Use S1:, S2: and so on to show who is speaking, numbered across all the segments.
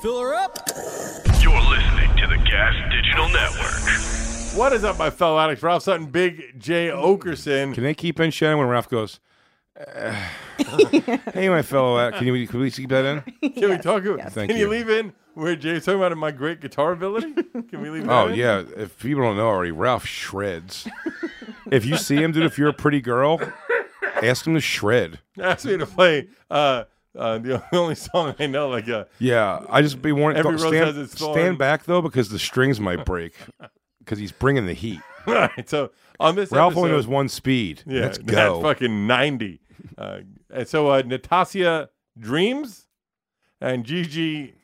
S1: Fill her up.
S2: You're listening to the Gas Digital Network.
S3: What is up, my fellow addicts? Ralph Sutton, Big J Okerson.
S4: Can they keep in Shannon when Ralph goes? "Eh." hey, my fellow, uh, can you can we keep that in?
S3: Can we talk? about Can
S4: Thank
S3: you.
S4: you.
S3: leave in where Jay's talking about my great guitar ability? Can we leave?
S4: Oh
S3: that in?
S4: yeah, if people don't know already, Ralph shreds. if you see him, dude, if you're a pretty girl, ask him to shred.
S3: Asked me to play uh, uh, the only song I know, like uh,
S4: Yeah, I just be warned.
S3: Every
S4: don't-
S3: rose
S4: stand,
S3: has its thorn.
S4: stand back though, because the strings might break. Because he's bringing the heat.
S3: all right. So on this,
S4: Ralph
S3: episode,
S4: only knows one speed.
S3: Yeah,
S4: Let's
S3: that
S4: go.
S3: fucking ninety. Uh, and so uh, Natasha Dreams and Gigi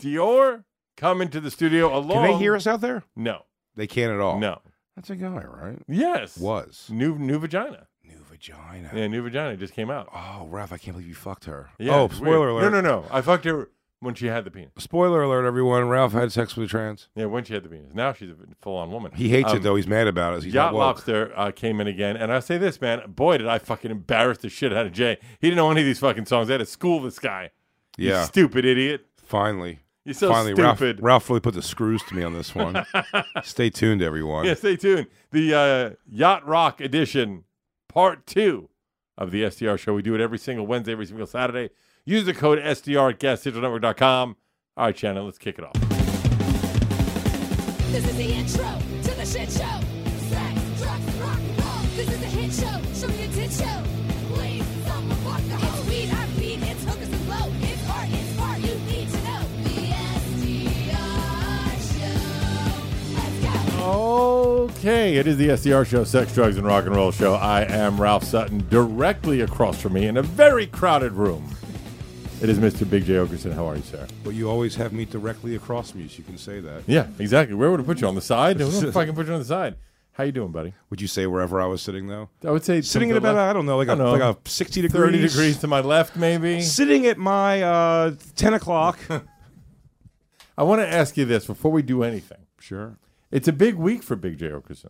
S3: Dior come into the studio along.
S4: Can they hear us out there?
S3: No,
S4: They can't at all.
S3: no.
S4: that's a guy, right?
S3: Yes.
S4: Was
S3: New new vagina.
S4: new vagina.
S3: Yeah, new vagina just came out.
S4: Oh, Ralph, I can't believe you fucked her.
S3: Yeah,
S4: oh,
S3: it's
S4: spoiler
S3: weird.
S4: alert.
S3: No, no, no. I fucked her when she had the penis.
S4: Spoiler alert, everyone. Ralph had sex with a trans.
S3: Yeah, when she had the penis. Now she's a full-on woman.
S4: He hates
S3: Um,
S4: it, though. He's mad about it. He's
S3: Yacht
S4: not woke.
S3: Lobster uh, came in again, and I say this, man, boy, did I fucking embarrass the shit out of Jay. He didn't know any of these fucking songs. I had to school this guy. You
S4: Yeah,
S3: stupid idiot.
S4: finally.
S3: You're so
S4: finally,
S3: stupid.
S4: Ralph, Ralph really put the screws to me on this one. Stay tuned, everyone.
S3: Yeah, stay tuned. The uh, Yacht Rock edition, part two of the SDR show. We do it every single Wednesday, every single Saturday. Use the code SDR at gasdigitalnetwork.com. All right, Shannon, let's kick it off.
S5: This is the intro to the shit show. Sex, drugs, rock and roll. This is a hit show. Show me a tit show. Please, someone walk the hole. It's weed, I'm weed. It's hookers and blow. It's art, it's art. You need to know. The SDR show. Let's go.
S3: Okay, it is the SDR show, Sex, Drugs, and Rock and Roll show. I am Ralph Sutton. Directly across from me in a very crowded room, it is Mr. Big J. Okerson. How are you, sir?
S4: But you always have me directly across from you, so you can say that.
S3: Yeah, exactly. Where would I put you? On the side? Who the fuck can put you on the side? How you doing, buddy?
S4: Would you say wherever I was sitting, though?
S3: I would say
S4: Sitting
S3: to
S4: at
S3: the
S4: about,
S3: left-
S4: I don't know, like,
S3: I
S4: a,
S3: don't know,
S4: like a 60 degrees.
S3: 30 degrees to my left, maybe.
S4: Sitting at my uh, 10 o'clock.
S3: I want to ask you this before we do anything.
S4: sure.
S3: It's a big week for Big J. Okerson.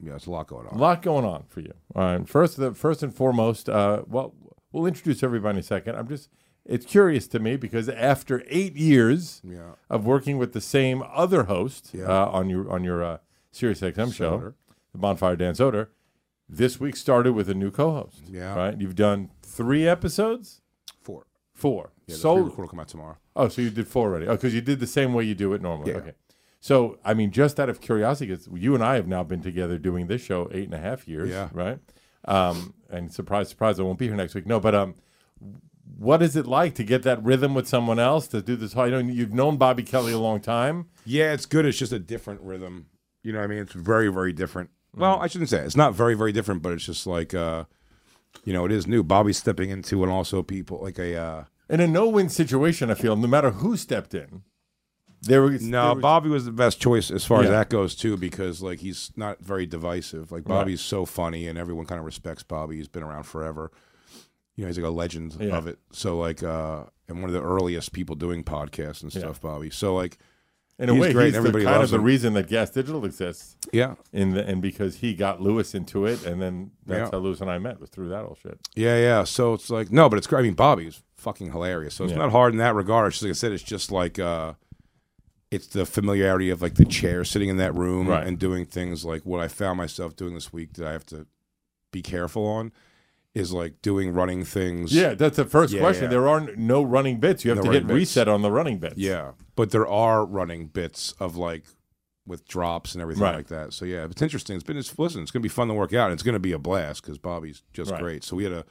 S4: Yeah, it's a lot going
S3: A
S4: on.
S3: lot going on for you. All right. First, the, first and foremost, uh, well, we'll introduce everybody in a second. I'm just, it's curious to me because after eight years
S4: Yeah.
S3: of working with the same other host
S4: Yeah.
S3: uh, on your on your uh, Sirius XM show, the Bonfire Dan Soder, this week started with a new co-host.
S4: Yeah.
S3: Right. You've done three episodes.
S4: Four.
S3: Four.
S4: Yeah, the
S3: so
S4: pre-record will come out tomorrow.
S3: Oh, so you did four already. Oh, because you did the same way you do it normally.
S4: Yeah.
S3: Okay. So, I mean, just out of curiosity, because you and I have now been together doing this show eight and a half years,
S4: Yeah.
S3: right? Um, and surprise, surprise, I won't be here next week. No, but um, what is it like to get that rhythm with someone else to do this? I know you've known Bobby Kelly a long time.
S4: Yeah, it's good. It's just a different rhythm. You know what I mean? It's very, very different. Well, I shouldn't say it. it's not very, very different, but it's just like uh you know, it is new. Bobby's stepping into and also people like a uh
S3: In a no-win situation, I feel no matter who stepped in, there was
S4: No,
S3: there was-
S4: Bobby was the best choice as far as
S3: Yeah.
S4: that goes too, because like he's not very divisive. Like Bobby's so funny, and everyone kind of respects Bobby. He's been around forever. You know, he's like a legend
S3: Yeah.
S4: of it. So like, uh and one of the earliest people doing podcasts and stuff, Bobby. So like,
S3: in a
S4: he's
S3: way,
S4: great,
S3: he's the,
S4: everybody
S3: kind of
S4: loves
S3: the
S4: him.
S3: reason that Gas Digital exists.
S4: yeah,
S3: in the, and because he got Lewis into it, and then that's
S4: Yeah.
S3: how Lewis and I met was through that old shit.
S4: Yeah, yeah. So it's like no, but it's great. I mean, Bobby's fucking hilarious. So it's
S3: Yeah.
S4: not hard in that regard. It's just like I said, it's just like uh it's the familiarity of like the chair sitting in that room
S3: Right.
S4: and doing things like what I found myself doing this week that I have to be careful on is like doing running things.
S3: Yeah, that's the first
S4: Yeah,
S3: question.
S4: yeah.
S3: There are n- no running bits. You have
S4: No
S3: to hit
S4: running bits.
S3: reset on the running bits.
S4: Yeah. But there are running bits of like with drops and everything
S3: Right.
S4: like that. So yeah, it's interesting. It's been it's listen, it's gonna be fun to work out and it's gonna be a blast because Bobby's just
S3: Right.
S4: great. So we had a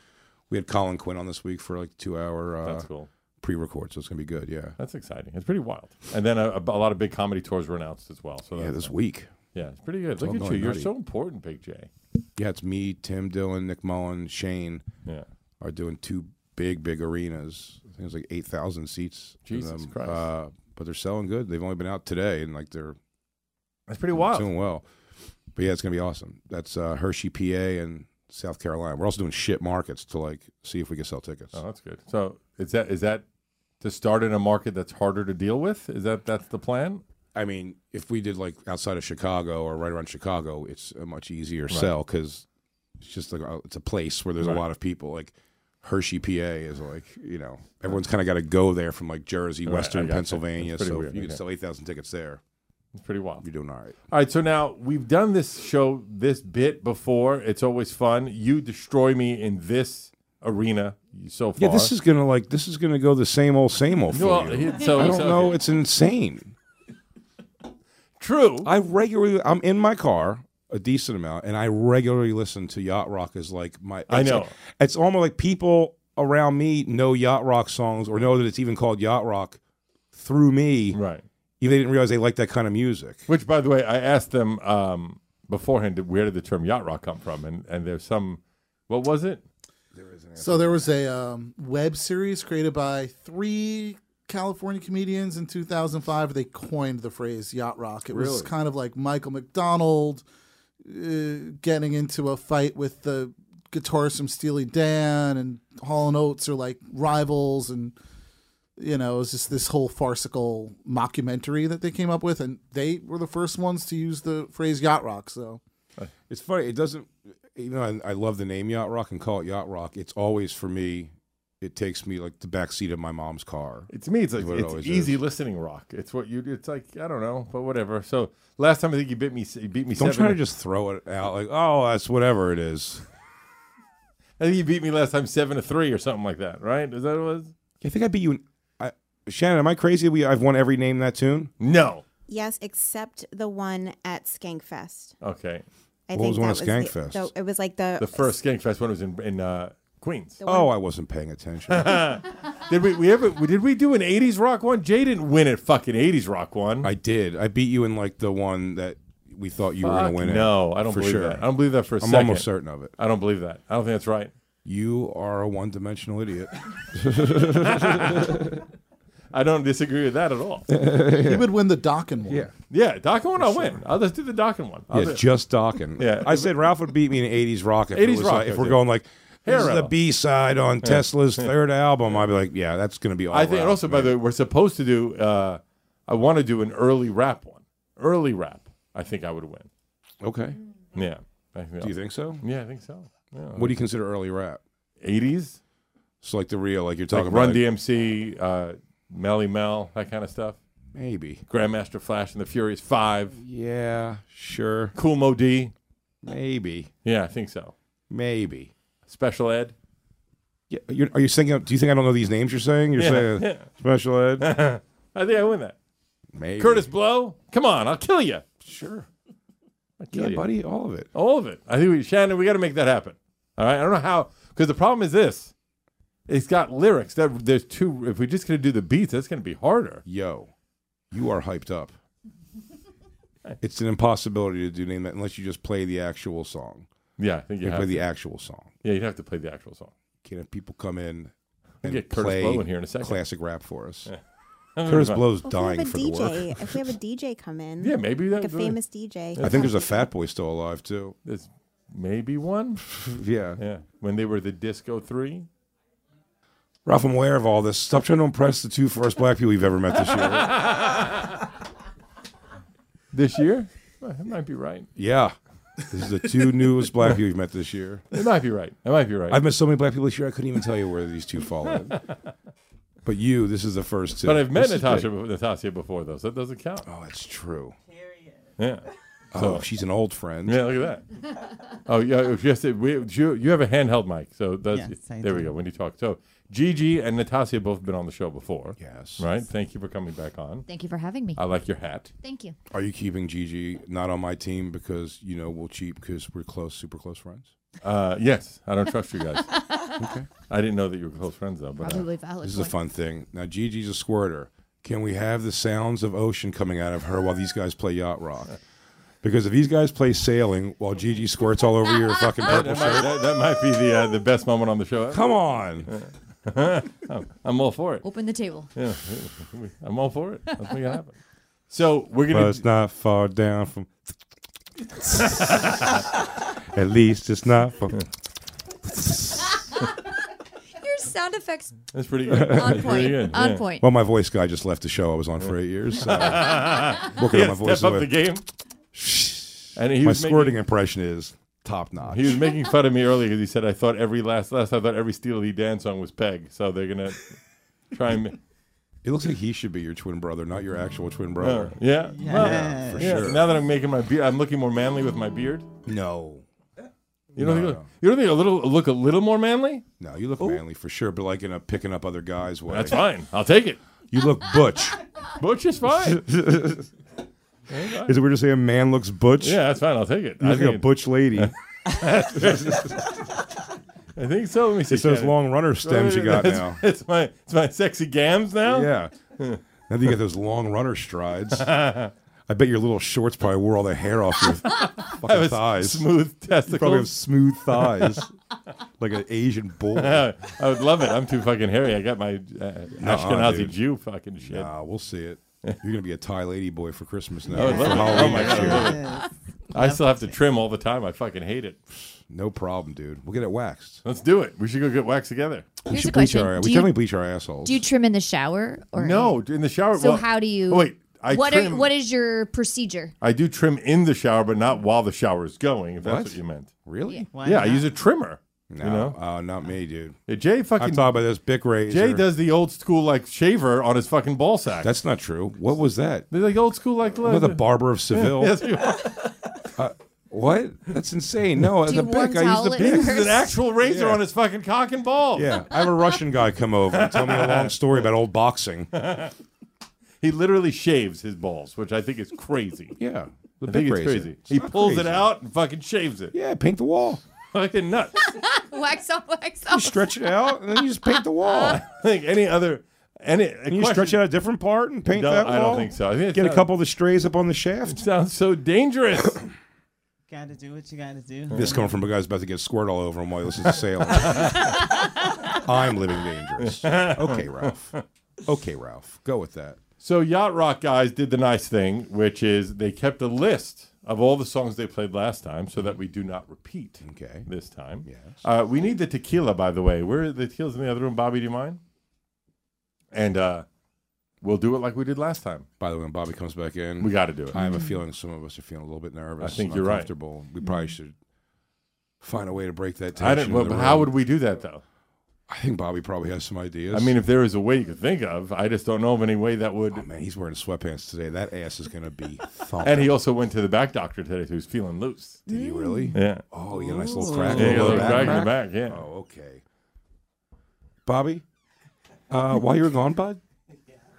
S4: we had Colin Quinn on this week for like two hour uh,
S3: that's cool.
S4: pre-record, so it's gonna be good. Yeah,
S3: That's exciting. It's pretty wild. And then a, a, a lot of big comedy tours were announced as well. So
S4: yeah,
S3: that's-
S4: this week.
S3: yeah, it's pretty good.
S4: all
S3: Look at you.
S4: going
S3: You're
S4: nutty.
S3: so important, Big J.
S4: Yeah, it's me, Tim Dillon, Nick Mullen, Shane
S3: Yeah.
S4: are doing two big, big arenas. I think think it was like eight thousand seats. in
S3: Jesus
S4: them.
S3: Christ.
S4: Uh, but they're selling good. They've only been out today, and like they're
S3: That's pretty wild.
S4: doing well. But yeah, it's gonna be awesome. That's uh, Hershey, PA, and South Carolina. We're also doing shit markets to like see if we can sell tickets.
S3: Oh, that's good. So is that is that to start in a market that's harder to deal with? Is that that's the plan?
S4: I mean, if we did like outside of Chicago or right around Chicago, it's a much easier sell 'cause sell because it's just like a- it's a place where there's a lot of people. Like Hershey, PA is like you know everyone's kind of got to go there from like Jersey,
S3: Right, I
S4: Western
S3: gotcha.
S4: Pennsylvania.
S3: It's pretty
S4: So
S3: weird,
S4: if you can
S3: okay.
S4: sell eight thousand tickets there,
S3: It's pretty wild.
S4: you're doing all right.
S3: All right, so now we've done this show, this bit before. It's always fun. You destroy me in this arena so far.
S4: Yeah, this is gonna like this is gonna go the same old same old for
S3: Well,
S4: you.
S3: he- so
S4: I don't
S3: so-
S4: know. It's insane.
S3: true.
S4: I regularly, I'm in my car a decent amount, and I regularly listen to Yacht Rock as like my.
S3: I
S4: it's
S3: know.
S4: like- it's almost like people around me know Yacht Rock songs or know that it's even called Yacht Rock through me.
S3: right.
S4: Even they didn't realize they like that kind of music.
S3: Which, by the way, I asked them um, beforehand, where did the term yacht rock come from? And and there's some, what was it?
S1: So there was a um, web series created by three California comedians in 2005. They coined the phrase yacht rock. It was
S4: Really?
S1: kind of like Michael McDonald uh, getting into a fight with the guitarist from Steely Dan and Hall and Oates are like rivals and you know, it was just this whole farcical mockumentary that they came up with and they were the first ones to use the phrase yacht rock. So
S4: It's funny. It doesn't. Even though I, I love the name Yacht Rock and call it Yacht Rock, it's always for me. It takes me like the back seat of my mom's car.
S3: It's me. It's like
S4: What it
S3: it's
S4: always
S3: easy
S4: is.
S3: listening rock. It's what you. It's like I don't know, but whatever. So last time I think you beat me. You beat me.
S4: Don't
S3: seven,
S4: try to just throw it out like, oh, that's whatever it is.
S3: I think you beat me last time seven to three or something like that. Right? Is that what it was?
S4: I think I beat you. In, I, Shannon, am I crazy? We I've won every name in that tune.
S3: No.
S6: Yes, except the one at Skankfest.
S3: Okay.
S6: I think
S4: What was the
S6: that
S4: one at
S6: was the-
S4: Skankfest?
S6: the- it was like
S7: Uh,
S6: the
S3: The first Skankfest one was in in uh, Queens.
S4: Oh, I wasn't paying attention.
S3: Did we, we ever did we do an '80s rock one? Jay didn't win at fucking '80s rock one.
S4: I did. I beat you in like the one that we thought you were going
S3: Fuck
S4: to win. in,
S3: no, I don't
S4: for
S3: believe
S4: sure.
S3: that. I don't believe that for a
S4: I'm
S3: second.
S4: almost certain of it.
S3: I don't believe that. I don't think that's right.
S4: You are a one-dimensional idiot.
S3: I don't disagree with that at all.
S1: you would win the Dockin one.
S3: yeah, Dockin one, I'll win. I'll just do the Dockin one. I'll
S4: yeah,
S3: do it.
S4: just docking.
S3: Yeah.
S4: I said Ralph would beat me in '80s rock. If it
S3: 80s
S4: was
S3: rock,
S4: like- if
S3: I
S4: we're
S3: do.
S4: going like.
S3: Hair
S4: This is the
S3: metal.
S4: B side on Tesla's third album. I'd be like, yeah, that's going to be all.
S3: I think and
S4: Ralph,
S3: also, by
S4: man.
S3: the way, we're supposed to do. Uh, I want to do an early rap one. Early rap. I think I would win.
S4: okay.
S3: Yeah. I think
S4: Do you think so?
S3: Yeah, I think so. Yeah.
S4: What do you consider early rap?
S3: 80s,
S4: So like the real, like you're talking
S3: like
S4: about,
S3: Run
S4: like,
S3: DMC, uh, Melly Mel, that kind of stuff.
S4: maybe.
S3: Grandmaster Flash and the Furious Five,
S4: Yeah, sure,
S3: Cool Mo D.
S4: maybe,
S3: Yeah, I think so.
S4: maybe.
S3: Special Ed.
S4: Yeah, you're, are you singing? Do you think I don't know these names? You're saying you're
S3: Yeah,
S4: saying
S3: yeah.
S4: special ed.
S3: I think I win that.
S4: Maybe.
S3: Curtis Blow. Come on, I'll kill you.
S4: Sure.
S3: I'll kill
S4: Yeah,
S3: you.
S4: buddy. All of it.
S3: All of it. I think we, Shannon, we got to make that happen. All right. I don't know how, because the problem is this: it's got lyrics. That there's two. If we're just gonna do the beats, that's gonna be harder.
S4: Yo, you are hyped up. it's an impossibility to do name that unless you just play the actual song.
S3: Yeah, I think you
S4: You
S3: have.
S4: play
S3: To,
S4: the actual song.
S3: yeah, you'd have to play the actual song.
S4: Can if people come in and
S3: get Curtis
S4: play
S3: Blow in here in a second.
S4: classic rap for us? Curtis Blow's
S6: Well,
S4: dying
S6: if
S4: for
S6: we have a
S4: the work.
S6: DJ, if we have a DJ come in,
S3: Yeah, maybe that.
S6: like a famous DJ.
S4: I think there's a fat boy still alive too.
S3: There's maybe one.
S4: yeah.
S3: Yeah, when they were the Disco Three.
S4: Ralph, I'm aware of all this. Stop trying to impress the two first black people you've ever met this year.
S3: This year, Well, it might be right.
S4: yeah. This is the two newest black people you've met this year.
S3: It might be right. It might be right.
S4: I've met so many black people this year, I couldn't even tell you where these two fall in. But you, this is the first two.
S3: but I've met
S4: This is
S3: Natasha
S4: big.
S3: before, Natasha before though, so that doesn't count.
S4: Oh, that's true.
S3: Yeah.
S4: Oh, she's an old friend.
S3: Yeah, look at that. oh, yeah. Yes, it- we, you, you have a handheld mic, so that's
S8: Yes, I
S3: there we
S8: do.
S3: go. When you talk, so Gigi and Natasha have both been on the show before.
S4: Yes.
S3: Right. Thank you for coming back on.
S9: Thank you for having me.
S3: I like your hat.
S9: Thank you.
S4: Are you keeping Gigi not on my team because you know we'll cheat because we're close, super close friends?
S3: Uh, yes, I don't trust you guys. I didn't know that you were close friends though, but uh,
S9: Probably valid.
S4: This is a
S9: point.
S4: fun thing. Now Gigi's a squirter. Can we have the sounds of ocean coming out of her while these guys play yacht rock? Because if these guys play sailing while Gigi squirts all over your fucking
S3: that,
S4: purple
S3: that might,
S4: shirt,
S3: that, that might be the uh, the best moment on the show. ever.
S4: come on.
S3: I'm all for it.
S8: Open the table.
S3: Yeah, I'm all for it. Let's make it happen. So we're
S4: But
S3: gonna
S4: it's not far down from. At least it's not from.
S8: Your sound effects
S3: That's pretty good.
S8: on
S3: That's pretty
S8: point.
S3: good.
S8: on
S3: yeah.
S8: point.
S4: Well, my voice guy just left the show I was on for eight years. So working on
S3: Yeah,
S4: my
S3: step
S4: voice.
S3: up
S4: away.
S3: the game. And he
S4: my
S3: was
S4: squirting
S3: making,
S4: impression is top notch.
S3: he was making fun of me earlier because he said I thought every last last I thought every Steely Dan song was Peg. So they're gonna try and
S4: It looks like he should be your twin brother, not your actual twin
S3: uh,
S4: brother.
S3: yeah. Well,
S4: Yeah, for
S3: yeah,
S4: sure.
S3: Now that I'm making my beard, I'm looking more manly with my beard.
S4: No,
S3: You don't
S4: No,
S3: think
S4: no.
S3: you don't think a little look a little more manly?
S4: no, you look manly for sure, but like in a picking up other guys way.
S3: That's fine. I'll take it.
S4: You look butch.
S3: Butch is fine.
S4: Is it weird to say a man looks butch?
S3: yeah, that's fine. I'll take it.
S4: you
S3: I
S4: look like
S3: think,
S4: a butch lady.
S3: I think so. Let me see.
S4: it's those
S3: Shannon.
S4: long runner stems you got
S3: That's-
S4: now.
S3: It's my it's my sexy gams now.
S4: Yeah. Now that you got those long runner strides. I bet your little shorts probably wore all the hair off your
S3: I
S4: fucking
S3: have a
S4: thighs.
S3: smooth
S4: You probably have
S3: testicles.
S4: smooth thighs, like an Asian bull.
S3: I would love it. I'm too fucking hairy. I got my uh, Ashkenazi
S4: dude.
S3: Jew fucking shit.
S4: Nah, we'll see it. You're gonna be a Thai lady boy for Christmas now.
S3: I would
S4: for
S3: love it. Oh
S4: Halloween
S3: my
S4: next
S3: God, I
S4: year.
S3: love it. I still have to trim all the time. I fucking hate it.
S4: No problem, dude. We'll get it waxed.
S3: Let's do it. We should go get waxed together.
S4: we
S8: Here's
S4: should
S8: a
S4: bleach
S8: question.
S4: our.
S8: Do
S4: we
S8: you-
S4: definitely bleach our assholes.
S8: Do you trim in the shower or
S3: No, in the shower.
S8: So
S3: well-
S8: how do you?
S3: Oh, wait, I
S8: what
S3: trim.
S8: are what is your procedure?
S3: I do trim in the shower, but not while the shower is going. If that's what,
S4: What?
S3: you meant.
S4: really?
S9: Why
S3: yeah, I
S9: not?
S3: use a trimmer.
S4: No,
S3: You know,
S4: uh, not me, dude.
S3: Yeah, Jay
S4: I
S3: fucking
S4: talked about this Bic razor.
S3: Jay does the old school like shaver on his fucking ball sack.
S4: That's not true. What was that?
S3: They're like old school like. uh,
S4: Remember the barber of Seville?
S3: Yes, you are.
S4: Uh, What? That's insane. No,
S8: Do you
S4: the
S8: warm
S4: Bic. I use
S8: towel
S4: the
S8: it
S4: Bic.
S3: This is an
S8: first?
S3: actual razor
S4: Yeah.
S3: on his fucking cock and ball.
S4: Yeah, I have a Russian guy come over and tell me a long story about old boxing.
S3: He literally shaves his balls, which I think is crazy.
S4: Yeah, the
S3: I think
S4: Bic
S3: it's
S4: razor.
S3: crazy.
S4: It's
S3: He
S4: not
S3: pulls it
S4: crazy.
S3: out and fucking shaves it.
S4: Yeah, paint the wall.
S3: Fucking nuts.
S8: Wax on, wax off.
S4: Stretch it out, and then you just paint the wall.
S3: I think any other any
S4: Can you stretch out a different part and paint
S3: No,
S4: that
S3: I don't
S4: wall?
S3: think so. I think it's
S4: Get a
S3: not-
S4: couple of the strays up on the shaft.
S3: Sounds so dangerous.
S9: Gotta do what you gotta do.
S4: This coming from a guy who's about to get squirt all over him while he listens to Salem. I'm living dangerous. Okay, Ralph. Okay, Ralph. Go with that.
S3: so Yacht Rock guys did the nice thing, which is they kept a list of all the songs they played last time so that we do not repeat
S4: Okay.
S3: this time.
S4: Yes.
S3: Uh, we need the tequila, by the way. Where the tequila's in the other room. Bobby, do you mind? And uh, we'll do it like we did last time.
S4: By the way, when Bobby comes back in,
S3: We got to do it.
S4: I have a feeling some of us are feeling a little bit nervous.
S3: I think
S4: and
S3: you're right.
S4: uncomfortable. We probably should find a way to break that tension.
S3: I don't.
S4: in
S3: Well,
S4: the
S3: but
S4: room.
S3: how would we do that though?
S4: I think Bobby probably has some ideas.
S3: I mean, if there is a way you could think of, I just don't know of any way that would.
S4: oh, man, he's wearing sweatpants today. That ass is gonna be thumping.
S3: and he also went to the back doctor today, so he's feeling loose.
S4: Did he really?
S3: Yeah.
S4: Oh, you got a nice little crack.
S3: Yeah,
S4: in
S3: he
S4: the
S3: got a
S4: lower
S3: little
S4: back
S3: crack in the
S4: crack?
S3: back. Yeah.
S4: Oh, okay. Bobby, uh, while you were gone, bud,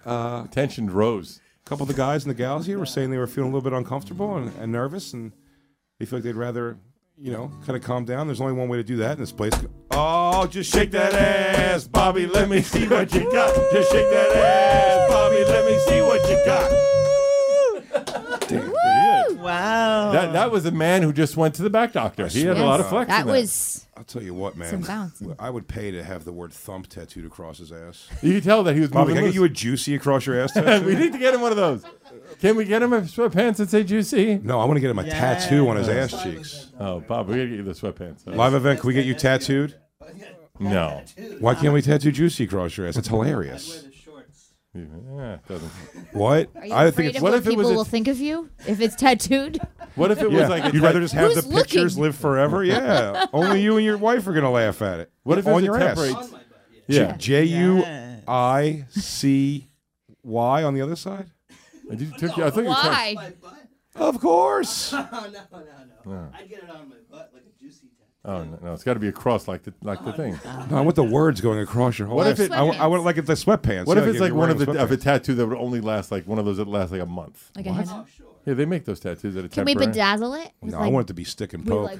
S4: Oh.
S3: Tension rose.
S4: a couple of the guys and the gals here were saying they were feeling a little bit uncomfortable and, and nervous, and they feel like they'd rather, you know, kind of calm down. There's only one way to do that in this place. Oh, just shake that ass, Bobby. Let me see what you got. Just shake that ass, Bobby. Let me see what you got.
S3: Yeah.
S9: Wow.
S3: That that was a man who just went to the back doctor. He had a
S8: Yes,
S3: lot of flex.
S8: That
S3: in
S8: was
S4: I'll tell you what, man.
S8: Some bounce.
S4: I would pay to have the word "thump" tattooed across his ass.
S3: You could tell that he was
S4: Bobby,
S3: moving.
S4: can I get
S3: loose.
S4: you a juicy across your ass tattoo?
S3: we need to get him one of those. Can we get him a sweatpants that say juicy?
S4: No, I want to get him a tattoo on his ass cheeks.
S3: Oh, Bob, we gotta get you the sweatpants.
S4: Live event, can we get you tattooed?
S3: No.
S4: Why can't we tattoo Juicy across your ass? That's hilarious.
S3: Yeah, it doesn't.
S4: What?
S8: Are you
S4: I
S8: afraid
S4: think it's.
S8: of
S3: what
S8: what,
S3: if it
S8: people
S3: was a-
S8: will think of you if it's tattooed?
S3: What if it
S4: Yeah.
S3: was like a
S4: You'd rather just have
S8: Who's
S4: the pictures
S8: looking?
S4: live forever? Yeah. Only you and your wife are gonna laugh at it.
S3: What if it was
S4: on
S3: a
S4: your
S3: temporary?
S4: ass?
S3: Yeah.
S4: J U I C Y on the other side.
S3: I did- took you- I thought you were trying-
S8: Why?
S4: Of course.
S9: Oh, no, no, no. I'd get it on my butt like a juicy tattoo.
S3: Oh no, no, it's got to be across like the like
S8: Oh
S3: the thing.
S4: No, I want the words going across your whole.
S3: What
S4: ass.
S3: if it-
S4: I, want- I want like the sweatpants.
S3: What
S4: yeah,
S3: if it's like
S4: you're
S3: one of
S4: wearing
S3: the of a
S4: sweatpants.
S3: tattoo that would only last like one of those that lasts like a month?
S8: Like a henna?
S3: Yeah, they make those tattoos that are
S8: Can we
S3: temporary.
S8: bedazzle it? With
S4: No, I
S8: like,
S4: want it to be stick and
S8: we
S4: poke.
S8: like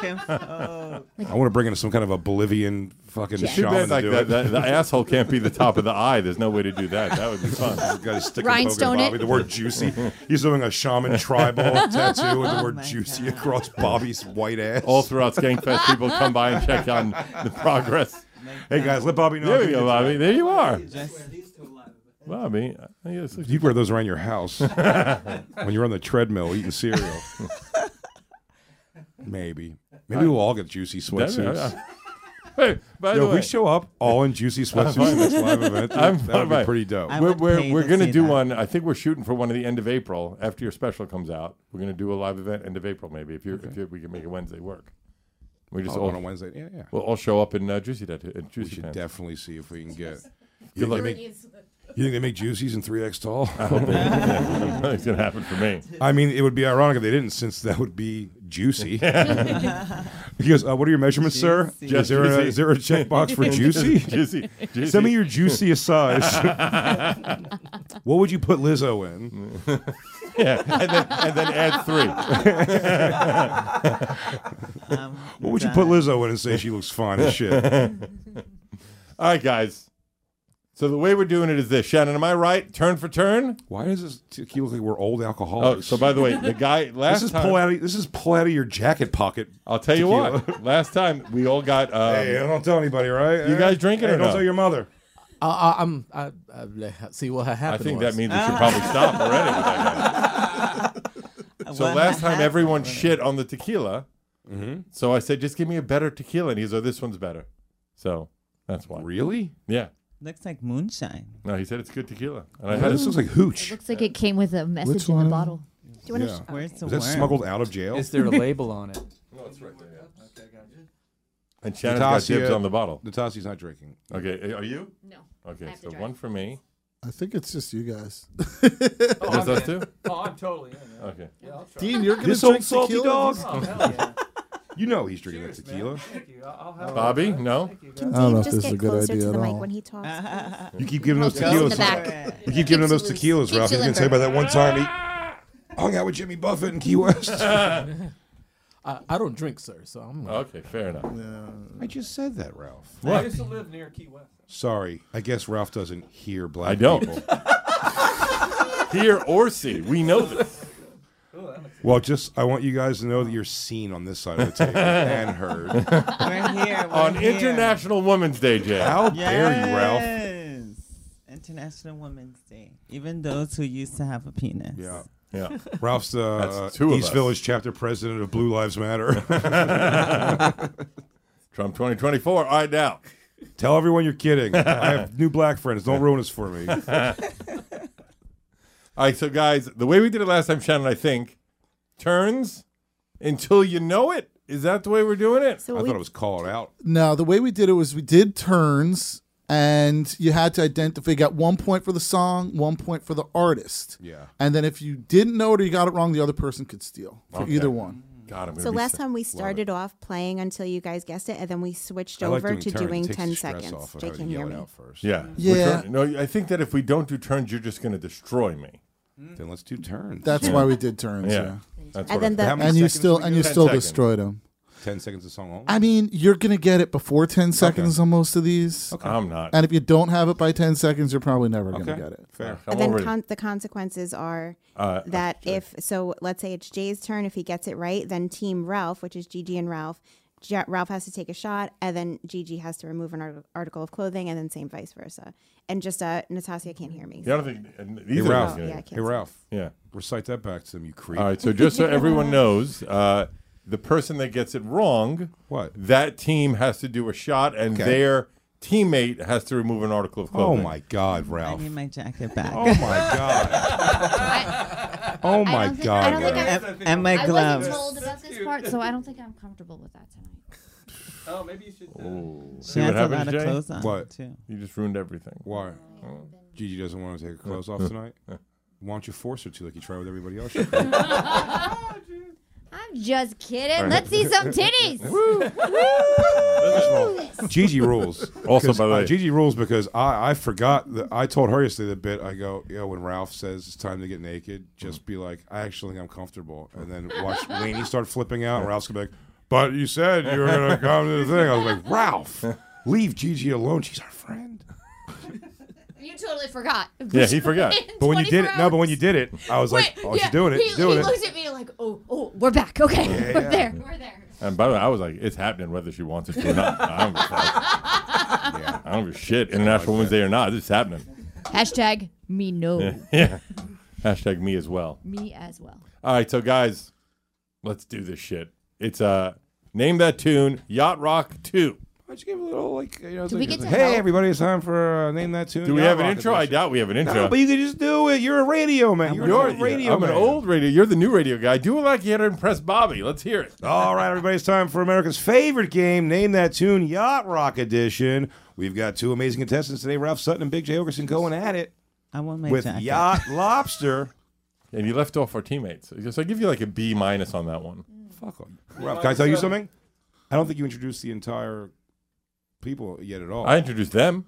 S9: Oh,
S4: I want to bring in some kind of a Bolivian fucking
S8: Yeah.
S3: Too
S4: shaman
S3: bad
S4: to
S3: like
S4: do
S3: the,
S4: it.
S3: the, the asshole can't be the top of the eye. There's no way to do that. That would be fun.
S4: Got to stick
S8: Rhinestone
S4: Bobby.
S8: it.
S4: The word juicy. He's doing a shaman tribal tattoo
S8: Oh
S4: with the word juicy across Bobby's white ass.
S3: All throughout Skankfest, people come by and check on the progress.
S4: Hey guys, let Bobby know.
S3: There we go, Bobby. There you are.
S9: Just wear these two alive.
S3: Bobby. I guess it's-
S4: You wear those around your house when you're on the treadmill eating cereal. Maybe. Maybe we'll all get juicy sweatsuits.
S3: Hey, by
S4: Yo,
S3: the
S4: if
S3: way,
S4: we show up all in juicy sweatsuits for this live event.
S3: I'm
S4: That
S3: fine
S4: would
S3: by-
S4: be pretty dope.
S3: we're
S10: would
S3: we're,
S10: pay
S3: we're
S10: to
S3: gonna
S10: see
S3: do
S10: that.
S3: one. I think we're shooting for one at the end of April after your special comes out. We're gonna do a live event end of April maybe if you're if you're, we can make a Wednesday work. We just
S4: Oh,
S3: all,
S4: on a Wednesday. Yeah, yeah.
S3: we'll all show up in uh, juicy that in
S4: we
S3: juicy
S4: should
S3: pants.
S4: definitely see if we can get. You think, they
S3: Good luck.
S4: make, you think they make juicies in 3X tall?
S3: Nothing's gonna happen for me.
S4: I mean, it would be ironic if they didn't, since that would be juicy. he goes, uh, What are your measurements, sir?
S10: Juicy.
S4: Is there, a,
S3: Juicy.
S4: is there a checkbox for juicy?
S3: juicy, juicy.
S4: Send me your juiciest size. what would you put Lizzo in?
S3: yeah, and then, and then add three.
S6: Um,
S4: What would you put Lizzo in and say she looks fine as shit?
S3: All right, guys. So the way we're doing it is this: Shannon, am I right? Turn for turn.
S4: Why does this t- keep look like we're old
S3: Oh,
S4: alcoholics?
S3: so by the way, the guy last
S4: this is
S3: time.
S4: pull out. Of, this is pull out of your jacket pocket.
S3: I'll tell you
S4: Tequila.
S3: what. Last time we all got. Um,
S4: Hey, don't tell anybody, right?
S3: You
S4: Eh?
S3: guys drinking
S4: hey,
S3: or
S4: Don't
S3: not?
S4: tell your mother.
S10: Uh, uh, I'm. I, I, see what
S3: I
S10: happened.
S3: think
S10: was.
S3: that means we should probably stop already. with that guy. so last time everyone shit on the tequila.
S10: Mm-hmm.
S3: So I said, just give me a better tequila, and he's oh, this one's better. So that's why.
S4: Really?
S3: Yeah.
S10: looks like moonshine.
S3: No, he said it's good tequila, and I
S4: Yeah,
S3: had
S4: this
S3: it.
S4: looks like hooch.
S8: Looks like it came with a message in the bottle.
S6: Do you want
S4: Yeah.
S6: to?
S10: Where's the
S4: Is that smuggled out of jail?
S10: Is there a label on it?
S3: And Shannon got dibs
S4: Natasha-
S3: on the bottle.
S4: Natasi's not drinking.
S3: Okay, eh, are you?
S8: No. I
S3: Okay,
S8: have to
S3: so
S8: drive.
S3: one for me.
S1: I think it's just you guys.
S3: Just us two.
S10: Oh, I'm totally in. it.
S3: Okay.
S1: Dean, you're gonna
S4: This
S1: drink
S4: old salty
S1: tequila?
S4: dog.
S10: Oh, hell yeah.
S4: You know he's drinking that tequila.
S10: Thank you. I'll I'll have
S3: Bobby, no.
S6: Can
S1: I don't know
S6: Dave
S1: if
S6: just
S1: this is a
S6: get
S1: good
S6: closer
S1: idea
S6: to
S1: at
S6: the mic
S1: all.
S6: when he talks?
S4: You keep giving those
S8: Goes in the
S4: tequilas.
S8: back.
S4: You keep giving him those
S8: Keeps you loose.
S4: tequilas, Ralph.
S8: Keeps you
S4: He's gonna tell you about that one time he hung out with Jimmy Buffett in Key West.
S10: I, I don't drink, sir, so I'm. Like,
S3: Okay, fair enough.
S4: I just said that, Ralph.
S10: I used to live near Key West.
S4: Sorry, I guess Ralph doesn't hear black
S3: I don't.
S4: people.
S3: Hear or see, we know this.
S4: Well, just I want you guys to know that you're seen on this side of the table and heard.
S10: We're here.
S3: On International Women's Day, Jay.
S4: How dare you, Ralph?
S10: Ralph? International Women's Day. Even those who used to have a penis.
S4: Yeah.
S3: Yeah.
S4: Ralph's the uh,
S3: That's two of
S4: East
S3: us.
S4: Village chapter president of Blue Lives Matter.
S3: Trump 2024. All right, now.
S4: Tell everyone you're kidding. I have new black friends. Don't ruin this for me.
S3: All right, so guys, the way we did it last time, Shannon, I think, turns until you know it. Is that the way we're doing it?
S6: So
S4: I
S6: what
S4: thought it
S6: we
S4: was called out.
S1: No, the way we did it was we did turns, and you had to identify. You got one point for the song, one point for the artist.
S4: Yeah.
S1: And then if you didn't know it or you got it wrong, the other person could steal for
S3: Okay.
S1: either one.
S3: God, I'm gonna
S6: So
S3: be
S6: last
S3: sick.
S6: time we started off playing until you guys guessed it, and then we switched
S4: I like
S6: over to
S4: turns. It
S6: doing
S4: takes the
S6: 10
S4: stress
S6: seconds.
S4: off of
S6: Jake
S4: having
S6: can
S4: to
S6: hear
S4: yell it
S6: me.
S4: out first.
S3: Yeah.
S1: Yeah.
S3: Return- no, I think that if we don't do turns, you're just going to destroy me.
S4: Then let's do turns.
S1: Mm. That's why we did turns. Yeah.
S3: Yeah. That's
S6: And
S3: what I-
S6: then the
S4: How many
S1: And you
S4: seconds
S1: still
S4: do we
S1: and
S4: do?
S1: you
S3: Ten
S1: still
S3: seconds.
S1: destroyed him.
S4: ten seconds of song. only?
S1: I mean, you're gonna get it before ten seconds on most of these.
S3: I'm not.
S1: And if you don't have it by ten seconds, you're probably never gonna
S4: Okay.
S1: get it.
S4: Fair.
S3: I'm
S6: And then
S3: already-
S6: con- the consequences are
S3: Uh,
S6: that if so, let's say it's Jay's turn. If he gets it right, then Team Ralph, which is Gigi and Ralph, Ja- Ralph has to take a shot, and then Gigi has to remove an art- article of clothing, and then same vice versa. And just uh, Natasha can't hear me.
S3: yeah, I don't think and these
S4: Hey,
S3: are
S4: Ralph.
S6: Oh, yeah, I
S3: gonna,
S6: can't
S4: Hey, Ralph.
S3: yeah.
S4: Recite that back to them, you creep.
S3: All right, so just so everyone knows, uh, the person that gets it wrong,
S4: What?
S3: that team has to do a shot, and
S4: Okay.
S3: their teammate has to remove an article of
S4: Oh
S3: clothing.
S4: my God, Ralph.
S10: my jacket back.
S4: Oh my God. Oh
S8: I
S4: my
S8: don't think-
S4: God.
S8: I don't think
S4: Ralph.
S8: I-
S10: and, and my
S8: I
S10: gloves.
S8: wasn't told about this part, so I don't think I'm comfortable with that tonight.
S10: She
S3: See what
S10: has a lot of
S3: happened, Jay?
S10: clothes on
S4: What?
S10: too.
S3: You just ruined everything.
S4: Why? Gigi doesn't want to take her clothes off tonight. Why don't you force her to, like you try with everybody else?
S8: I'm just kidding. Let's see some titties.
S4: Gigi rules.
S3: Also,
S4: 'Cause,
S3: by the
S4: uh,
S3: way-
S4: Gigi rules because I, I forgot that I told her yesterday the bit. I go, you know, when Ralph says it's time to get naked, just be like, I actually think I'm comfortable, and then watch Lainey start flipping out. And Ralph's gonna be like, but you said you were gonna come to the thing. I was like, Ralph, leave Gigi alone. She's our friend.
S8: you totally forgot.
S3: Yeah, he forgot.
S4: But when you did it, no, but when you did it, I was like,
S8: Wait,
S4: oh,
S8: yeah,
S4: she's doing it.
S8: He,
S4: she's doing
S8: he
S4: it.
S8: looked at me like, oh, oh, we're back. Okay, we're there. We're there.
S3: And by the way, I was like, it's happening whether she wants it to or not. I don't give a fuck. I don't give a shit, International Women's Day or not. This is happening.
S8: Hashtag me no.
S3: yeah. Hashtag me as well.
S8: Me as well.
S3: All right, so guys, let's do this shit. It's uh name that tune, Yacht Rock 2.
S4: Why don't you give a little like you know? it's
S8: Do we
S4: like,
S8: get to
S4: hey
S8: help?
S4: everybody, it's time for uh, name that tune.
S3: Do we
S4: Yacht
S3: have an
S4: Rock
S3: intro? I
S4: Edition.
S3: doubt we have an intro.
S4: No, but you could just do it. You're a radio man. You're,
S3: You're,
S4: an old radio.
S3: I'm an
S4: man.
S3: old radio. You're the new radio guy. Do it like you had to impress Bobby. Let's hear it.
S4: All right, everybody, it's time for America's favorite game. Name that tune, Yacht Rock Edition. We've got two amazing contestants today, Ralph Sutton and Big J Ogerson, going at it
S10: I want my
S4: with
S10: jacket.
S4: Yacht Lobster.
S3: And you left off our teammates. So I give you like a B minus on that one.
S4: Fuck them. Ralph, can I tell you something? I don't think you introduced the entire people yet at all.
S3: I introduced them.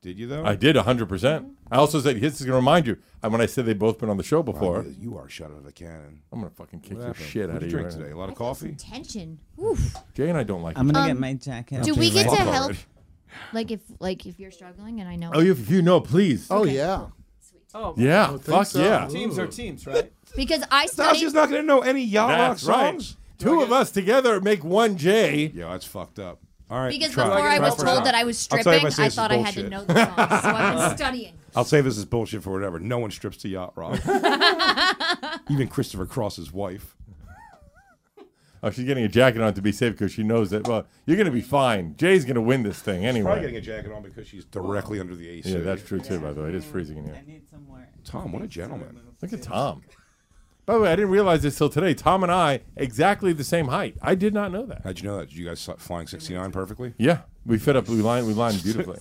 S4: did you though?
S3: I did 100%. I also said, this is going to remind you, and when I said they've both been on the show before,
S4: Wow, Oh, You are shot out of a cannon.
S3: I'm going to fucking kick
S4: What
S3: the
S4: happened?
S3: shit
S4: What
S3: out
S4: did
S3: of
S4: you
S3: you.
S4: drink
S3: right
S4: today?
S3: now.
S4: A lot of
S8: I felt some
S4: coffee.
S8: tension. Oof.
S3: Jay and I don't like
S10: I'm gonna
S8: Um,
S10: get my jacket.
S8: Do we get to
S4: Fuck
S8: help?
S4: already.
S8: Like if like if you're struggling and I know.
S3: Oh, if you know, please.
S1: Oh yeah.
S3: yeah.
S1: think
S3: Fuck
S1: so.
S3: yeah.
S11: Teams are teams, right?
S8: Because I
S4: Now
S8: studied.
S4: she's not going to know any Yacht Rock
S3: That's right.
S4: songs.
S3: Two of us together make one J.
S4: Yeah, that's fucked up. All right.
S8: Because
S4: try.
S8: before I
S4: Try
S8: was
S4: for a
S8: told
S4: shot.
S8: that I was
S4: I'll tell you if
S8: stripping,
S4: say
S8: I
S4: this is
S8: thought I had to
S4: bullshit.
S8: know the songs, so I've been studying.
S4: I'll say this is bullshit for whatever. No one strips to yacht rock. Even Christopher Cross's wife.
S3: Oh, she's getting a jacket on to be safe because she knows that. Well, you're going to be fine. Jay's going to win this thing
S4: Probably
S3: anyway.
S4: getting a jacket on because she's directly under the AC.
S3: Yeah, that's true too. By the way, it is freezing in
S10: I
S3: here.
S10: need some more.
S4: Tom, what a gentleman.
S3: Look at Tom. By the way, I didn't realize this till today. Tom and I exactly the same height. I did not know that.
S4: How'd you know that? Did you guys saw- flying 69 perfectly?
S3: Yeah, we fit up. We lined. We lined beautifully.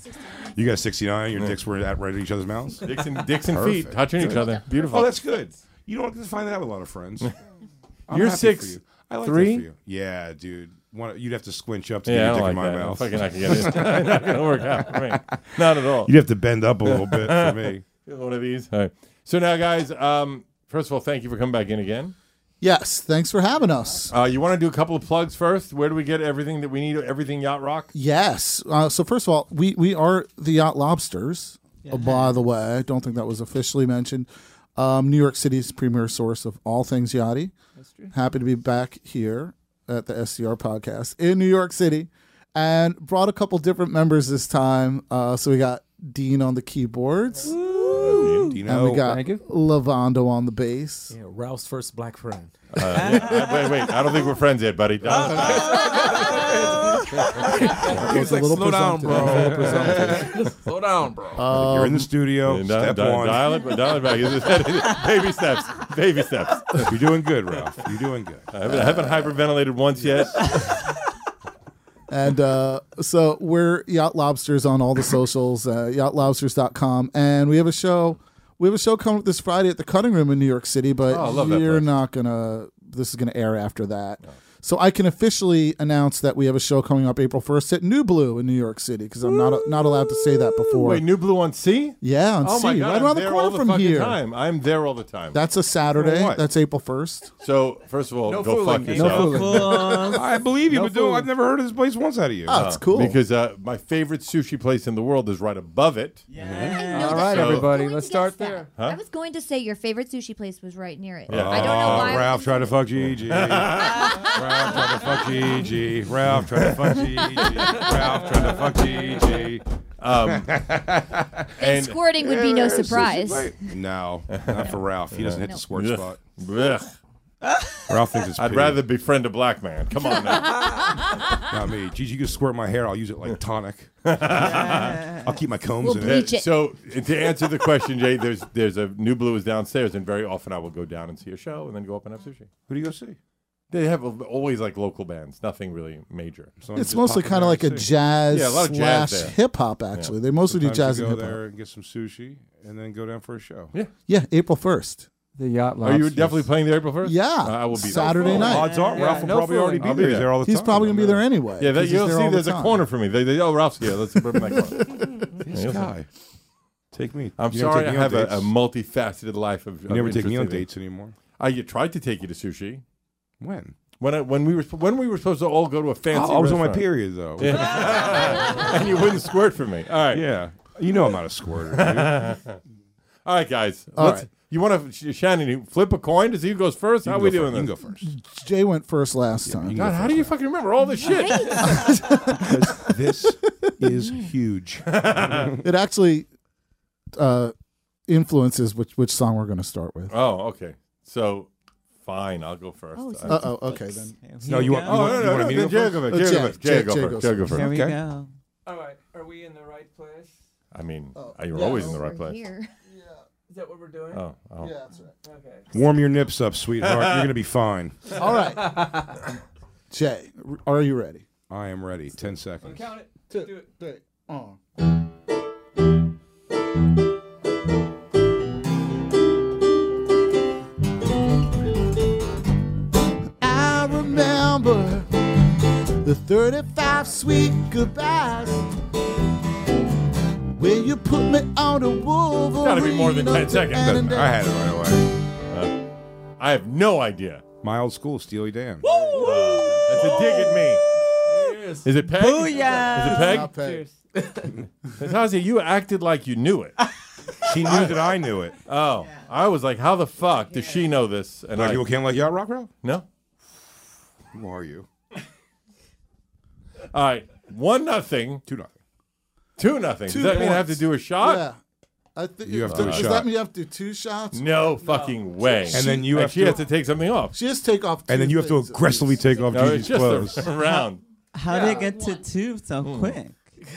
S4: You guys 69, your dicks were at right at each other's mouths?
S3: Dixon, Dixon feet
S4: Perfect.
S3: touching each other. Beautiful.
S4: Oh, that's good. You don't have to find that out with a lot of friends. I'm
S3: You're
S4: happy for
S3: six,
S4: you. I like
S3: three?
S4: That for you. Yeah, dude. One, you'd have to squinch up to
S3: yeah, I
S4: get your dick in
S3: don't like
S4: my
S3: that. I'm
S4: mouth.
S3: fucking not gonna get it. not gonna work out. for me. Not at all.
S4: You'd have to bend up a little bit for me.
S3: One of these. All right. So now, guys. Um, first of all, thank you for coming back in again.
S1: Yes. Thanks for having us.
S3: Uh, you want to do a couple of plugs first? Where do we get everything that we need? Everything Yacht Rock.
S1: Yes. Uh, so first of all, we we are the Yacht Lobsters. uh, by the way, I don't think that was officially mentioned. Um, New York City's premier source of all things yachty. That's true. Happy to be back here at the SCR podcast in New York City, and brought a couple different members this time. Uh, so we got Dean on the keyboards,
S4: Do you
S1: and
S4: know?
S1: we got
S11: thank you.
S1: Lavando on the bass.
S11: Yeah, Ralph's first black friend.
S3: Uh, wait, wait. I don't think we're friends yet, buddy.
S1: It was a little presumptive.
S11: Slow down, bro.
S4: you're
S1: um,
S4: in the studio.
S3: And
S4: Oh, step
S3: dial,
S4: one.
S3: dial it, dial it back. Is it- baby steps. Baby steps.
S4: You're doing good, Ralph. You're doing good.
S3: I haven't, I haven't hyperventilated once yet.
S1: And uh, so we're Yacht Lobsters on all the socials, uh, yachtlobsters.com. And we have a show. We have a show coming up this Friday at the Cutting Room in New York City, but
S3: Oh, I love that
S1: you're
S3: place.
S1: not going to, this is going to air after that. So I can officially announce that we have a show coming up April 1st at New Blue in New York City because I'm not not allowed to say that before.
S3: Wait, New Blue on C?
S1: yeah, on
S3: Oh my
S1: C,
S3: god!
S1: right
S3: I'm
S1: around the
S3: there
S1: corner
S3: all the
S1: from
S3: fucking
S1: here.
S3: Time. I'm there all the time.
S1: That's a Saturday.
S4: What?
S1: That's April 1st.
S3: so first of all,
S11: No
S3: go
S11: fooling
S3: fuck
S11: me.
S3: yourself.
S11: No fooling.
S8: uh,
S10: Fools.
S4: I believe you,
S11: No
S4: but dude,
S11: food.
S4: I've never heard of this place once out of you.
S1: Oh, it's cool.
S3: Because uh, my favorite sushi place in the world is right above it.
S11: All right,
S3: So-
S11: everybody,
S8: Going
S11: let's
S8: to
S11: start
S8: guess that.
S11: there.
S8: Uh, I was going to say your favorite sushi place was right near it.
S3: Yeah.
S8: I don't know
S4: Oh,
S8: why. I
S4: Ralph
S8: was-
S4: tried to fuck Gigi. Ralph tried to fuck Gigi. Ralph tried to fuck Gigi. Ralph tried to fuck Gigi.
S3: And
S8: Squirting would be no surprise.
S4: No, not for Ralph. He doesn't hit the squirt
S3: Ugh.
S4: spot.
S3: Blech.
S4: Ralph thinks it's
S3: I'd
S4: pee,
S3: rather befriend a black man. Come on now.
S4: not me. Gigi, you can squirt my hair. I'll use it like tonic. I'll keep my combs
S8: We'll
S4: in
S8: bleach
S4: it.
S8: Reach it.
S3: so to answer the question, Jay, there's there's a new blue is downstairs, and very often I will go down and see a show, and then go up and have sushi.
S4: Who do you go see?
S3: They have a- always like local bands, nothing really major.
S4: Someone
S1: It's
S4: just
S1: mostly
S4: pop in
S1: kind of
S4: there
S1: like a
S4: and see.
S1: jazz
S3: Yeah, a lot of jazz
S1: slash
S3: there.
S1: hip hop, actually. They mostly do
S4: Sometimes
S1: jazz
S4: you
S1: and
S4: go
S1: hip hop.
S4: there and get some sushi, and then go down for a show.
S3: Yeah.
S1: Yeah, April 1st.
S11: The yacht
S3: Are you
S11: lobsters.
S3: definitely playing there April first?
S1: Yeah,
S3: I will be there.
S1: Saturday night.
S4: Odds are Ralph will
S11: no
S4: probably already
S11: fooling.
S4: be
S3: I'll be
S4: there. He's
S3: there.
S4: there all the
S1: He's
S4: time.
S1: probably gonna be
S4: Doesn't
S1: there anyway.
S3: Yeah, that,
S1: 'cause he's
S3: you'll
S1: there
S3: see.
S1: all the
S3: There's a
S1: time.
S3: corner for me. They, they, oh, Ralph's here. Let's put him in that corner.
S4: matter. This guy. Take me.
S3: I'm
S4: You never
S3: sorry,
S4: take
S3: I
S4: me on
S3: have a,
S4: dates.
S3: a multifaceted life of.
S4: You never take me on
S3: dates.
S4: dates anymore.
S3: I you tried to take you to sushi
S4: When?
S3: when I, when we were when we were supposed to all go to a fancy.
S4: Oh, I was on my
S3: restaurant.
S4: period though. Yeah.
S3: Yeah. and you wouldn't squirt for me. All right,
S4: You know I'm not a squirter. dude.
S3: all right, guys.
S1: All
S3: Let's-
S1: right.
S3: You want to Shannon? You flip a coin to see who goes first. How
S4: You
S3: we
S4: go
S3: doing
S4: first. You can go
S3: this?
S4: first.
S1: Jay went first last time.
S4: You can
S3: God,
S4: go
S3: how do you fucking remember all this shit?
S4: first. This is huge.
S1: it actually uh, influences which which song we're going to start with.
S3: Oh, okay. So, fine, I'll go first.
S1: Oh,
S3: I-
S1: so Uh-oh, it's okay, then.
S4: Here No, we you want- go. you
S3: Oh,
S4: want-
S3: no,
S4: you
S3: no,
S4: want
S3: no,
S4: me to go
S3: no, Jerry
S4: first?
S3: first.
S4: Oh,
S3: Jerry go first.
S4: Jay-
S3: Jerry go
S4: Jay
S3: first.
S4: goes
S3: Jerry go
S4: first.
S3: first.
S4: Here we Okay.
S10: go.
S11: All right. Are we in the right place?
S3: I mean, you're always in
S11: oh,
S3: the right place.
S11: Is that what we're doing?
S3: Oh, oh. Yeah,
S1: that's right.
S11: Okay.
S4: Warm your nips up, sweetheart. You're gonna be fine.
S1: All right. Jay, r- are you ready?
S4: I am ready. Ten seconds.
S11: Count it. Do it.
S1: Do it. Oh. I remember the 35 sweet goodbyes where you put me on a Wolverine.
S3: Gotta be more than
S1: of
S3: 10 seconds.
S1: Japan
S3: Doesn't
S1: and
S3: matter.
S4: I had it right away.
S3: I have no idea.
S4: My old school, Steely Dan.
S3: That's a dig at me. Is it Peg?
S10: Booyah!
S3: Is it Peg?
S1: Not Peg.
S3: Natasha, you acted like you knew it.
S4: She knew that I knew it.
S3: Oh, I was like, how the fuck does she know this? And
S4: Like
S3: I
S4: you can't like yacht rock roll.
S3: no.
S4: Who are you?
S3: All right, one nothing,
S4: Two nothing.
S3: two nothing.
S1: Two
S3: Does that mean I have to
S1: points.
S3: do a shot?
S1: Yeah. I thi-
S4: You have to do a
S1: does
S4: shot.
S1: that mean you have to do two shots?
S3: No fucking way.
S4: And then you have
S3: she
S4: to-
S3: has to Oh, take something off.
S1: Just take off.
S4: And then
S1: two
S4: you have to
S1: things at
S4: aggressively
S1: least.
S4: take off
S3: No,
S4: Gigi's
S3: it's just
S4: clothes.
S3: a round.
S10: How did it get to two so quick?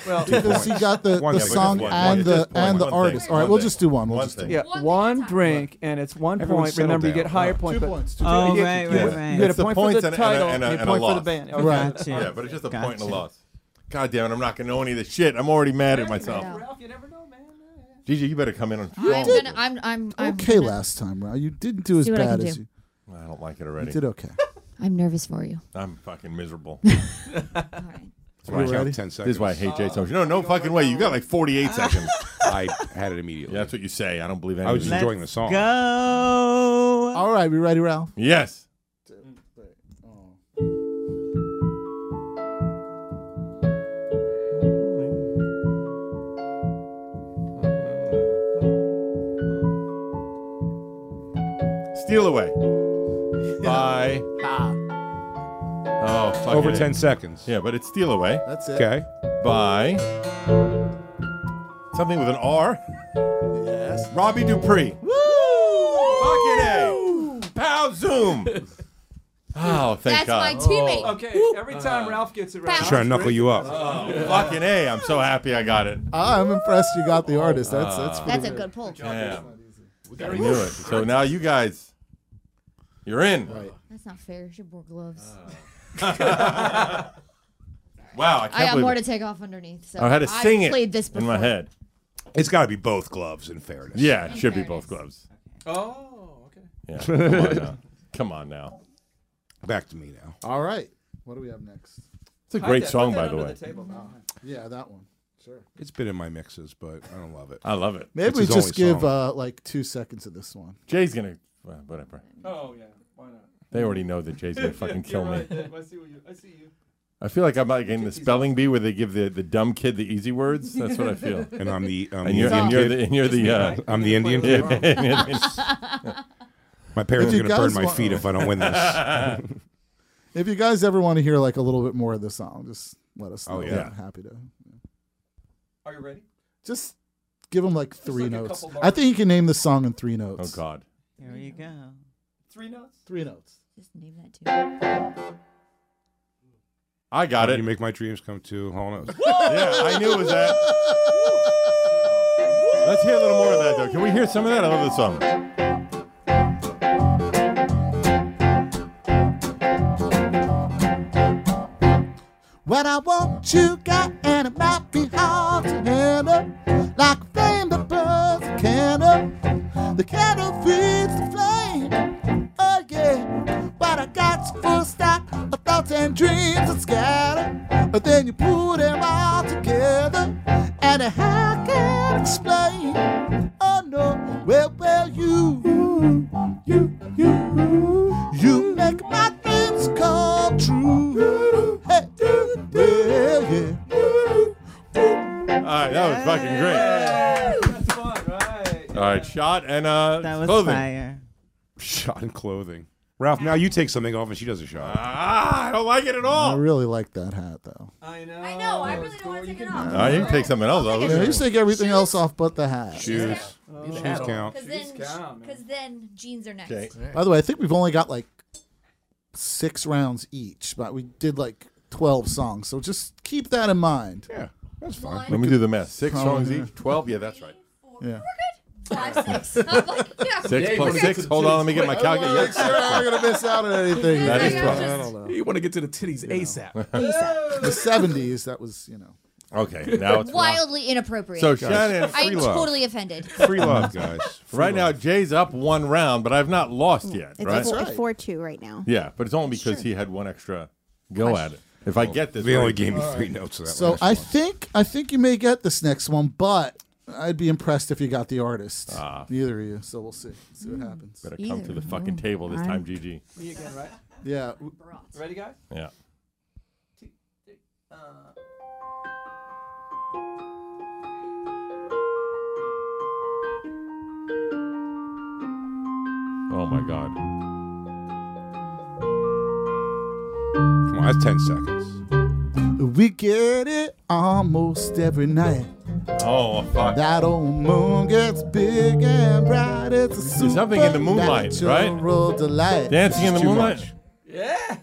S11: Well,
S1: because he got the,
S4: One
S1: the
S4: thing.
S1: song
S4: One
S1: and
S4: thing.
S1: the
S3: Just one
S1: and the
S3: thing.
S1: artist. All right,
S3: One
S1: we'll
S3: thing.
S1: just do one. We'll
S3: One
S1: just do
S3: thing.
S11: yeah, one drink and it's one
S4: Everyone
S11: point.
S4: settle
S11: Remember, you
S4: down.
S11: get higher
S4: Right.
S11: point.
S1: two
S11: but
S1: points. Two
S10: Oh,
S1: points.
S11: You
S10: right,
S11: get,
S10: right,
S11: you
S10: right.
S11: get a
S3: It's a
S11: point for
S3: points and a-
S11: the
S3: and a-
S11: title
S3: and
S11: and
S3: a-
S11: a
S3: and a
S11: point for the
S3: loss.
S11: band.
S10: Right.
S1: Uh,
S11: Okay.
S10: Gotcha.
S3: Yeah, but it's just a point and a
S10: Gotcha.
S3: loss. God damn it, I'm not gonna know any of this shit. I'm already mad at myself.
S11: Ralph, you never know, man.
S3: Gigi, you better come in on
S8: I'm
S3: strong.
S8: gonna. I'm. I'm. I'm
S1: Okay,
S8: gonna-
S1: last time, Ra. You didn't do as
S8: See what I
S1: bad
S8: can
S1: as
S8: do.
S1: you.
S3: I don't like it
S1: You
S3: already.
S1: did okay.
S8: I'm nervous for you.
S3: I'm fucking miserable.
S8: All right.
S4: That's why I
S1: You
S4: count
S1: ready?
S4: Ten seconds.
S3: This is why I hate Jay so much. No, no fucking way. You got like 48 seconds.
S4: I had it immediately.
S3: Yeah, that's what you say. I don't believe
S4: I was
S3: anything.
S4: just enjoying the song.
S10: Go.
S1: All right, we ready, Ralph?
S3: Yes. Steal away. Bye. Oh, fuck
S4: Over
S3: it.
S4: ten seconds.
S3: Yeah, but it's steal away.
S1: That's it.
S4: Okay.
S3: Bye. Something with an R.
S1: Yes.
S3: Robbie Dupree. Woo! Fucking A. Pow Zoom. Oh, thank
S8: That's my
S3: God.
S8: teammate.
S1: Oh,
S11: Okay, every
S1: Uh,
S11: time Ralph gets it right.
S4: She's trying to knuckle you up.
S3: Fucking A. I'm so happy I got it.
S1: Ah, I'm impressed you got the artist. That's that's pretty
S8: That's a good pull.
S3: Damn. I knew it. So now you guys, you're in.
S8: That's not fair. She wore gloves.
S3: Wow, I can't
S8: I got
S3: believe
S8: more
S3: it.
S8: to take off underneath. So
S3: I had to sing
S8: I've played
S3: it
S8: this
S3: in
S8: before.
S3: my head.
S4: It's got to be both gloves, in fairness.
S3: Yeah, it should be
S8: fairness.
S3: both gloves.
S11: Oh, okay.
S3: Yeah. Come on now. Come on now.
S4: Back to me now.
S1: All right. What do we have next?
S3: It's a
S11: Hide
S3: great
S11: that-
S3: song,
S11: put that
S3: by the
S11: under
S3: way.
S11: table.
S1: Yeah, that one. Sure.
S4: It's been in my mixes, but I don't love it.
S3: I love it.
S1: Maybe
S4: It's
S1: we
S4: his
S1: just
S4: only
S1: give uh, like two seconds of this one.
S3: Jay's gonna well, whatever.
S11: Oh yeah, why not?
S3: They already know that Jay's gonna fucking kill
S11: You're
S3: me.
S11: right, Dave. I see what you. I see you.
S3: I feel like I'm not getting the spelling bee where they give the, the dumb kid the easy words. That's what I feel.
S4: And I'm the um,
S3: And you're and you're the and you're the uh,
S4: I'm the Indian kid. My parents
S1: If
S4: are
S1: you
S4: going to burn
S1: guys
S4: my
S1: want-
S4: feet if I don't win this.
S1: If you guys ever want to hear like a little bit more of the song, just let us know.
S4: Oh, yeah.
S1: I'm happy to.
S11: Are you ready?
S1: Just give him like three
S11: like a
S1: notes.
S11: couple
S1: I think you can name the song in three
S3: oh
S1: notes.
S3: god.
S10: Here we go.
S11: Three notes.
S1: Three notes.
S8: Just name that too.
S3: I got it.
S4: You make my dreams come true. Hall knows.
S3: Yeah, I knew it was that. Let's hear a little more of that though. Can we hear some of that? I love this song.
S1: What I want, you got, and it might be hard to handle. Like a flame that burns a candle, the candle feeds the flame. Oh yeah, but I got your full stock of thoughts and dreams that scatter. But then you put them all together, and I can't explain. Oh no, where were you? You, you, you make my dreams come true. Hey, yeah, yeah.
S3: All right, that was fucking great.
S11: That's fun, right?
S3: All right, shot and uh
S10: That was
S3: clothing.
S10: fire.
S4: Shot in clothing. Ralph, now you take something off and she does a shot.
S3: Ah, I don't like it at
S1: I
S3: all.
S1: really like that hat though.
S11: I know.
S5: I know. I really don't want to take it off.
S3: I can take something else off.
S1: Yeah, you just take everything else off but the hat.
S4: Shoes.
S1: Oh.
S4: Shoes count.
S5: Because then, because then jeans are next.
S3: Okay.
S1: By the way, I think we've only got like six rounds each, but we did like twelve songs. So just keep that in mind.
S4: Yeah, that's fine.
S3: Let me do the math. Six
S1: Probably,
S3: songs each. Twelve. Yeah, that's right.
S1: Yeah.
S5: Five, six. I'm like, yeah.
S3: Six
S11: Yeah,
S3: plus
S11: you
S3: six.
S11: get to
S3: Hold
S11: two.
S3: on, let me get my
S11: Wait,
S3: calculator.
S1: I'm not gonna miss out on anything.
S3: That is
S1: I
S3: twelve.
S1: don't know.
S11: You want to get to the titties ASAP.
S1: The seventies, that was you know.
S3: Okay, now it's
S5: Wildly inappropriate.
S3: So Shannon,
S5: I'm
S3: free love.
S5: totally offended.
S4: Free love, guys. Free
S3: Right now,
S4: love.
S3: Jay's up one round, but I've not lost yet,
S6: It's
S3: right?
S1: right.
S6: four two right now.
S3: Yeah, but it's only because he had one extra go at it. If I get this,
S4: they only
S3: right-
S4: gave me three notes. Of that
S1: So
S4: last
S1: I
S4: one.
S1: think I think you may get this next one, but I'd be impressed if you got the artist. Neither of you. So we'll see. See what happens.
S3: better come to the fucking table this time, GG.
S11: Me again, right?
S1: Yeah.
S11: Ready, guys?
S3: Yeah. Oh my god.
S4: Come on, that's ten seconds.
S1: We get it almost every night.
S3: Oh fuck.
S1: That old moon gets big and bright. It's a super
S3: something in the moonlight, right?
S1: Delight.
S3: Dancing in the
S4: too
S3: moonlight.
S4: much.
S11: Yeah.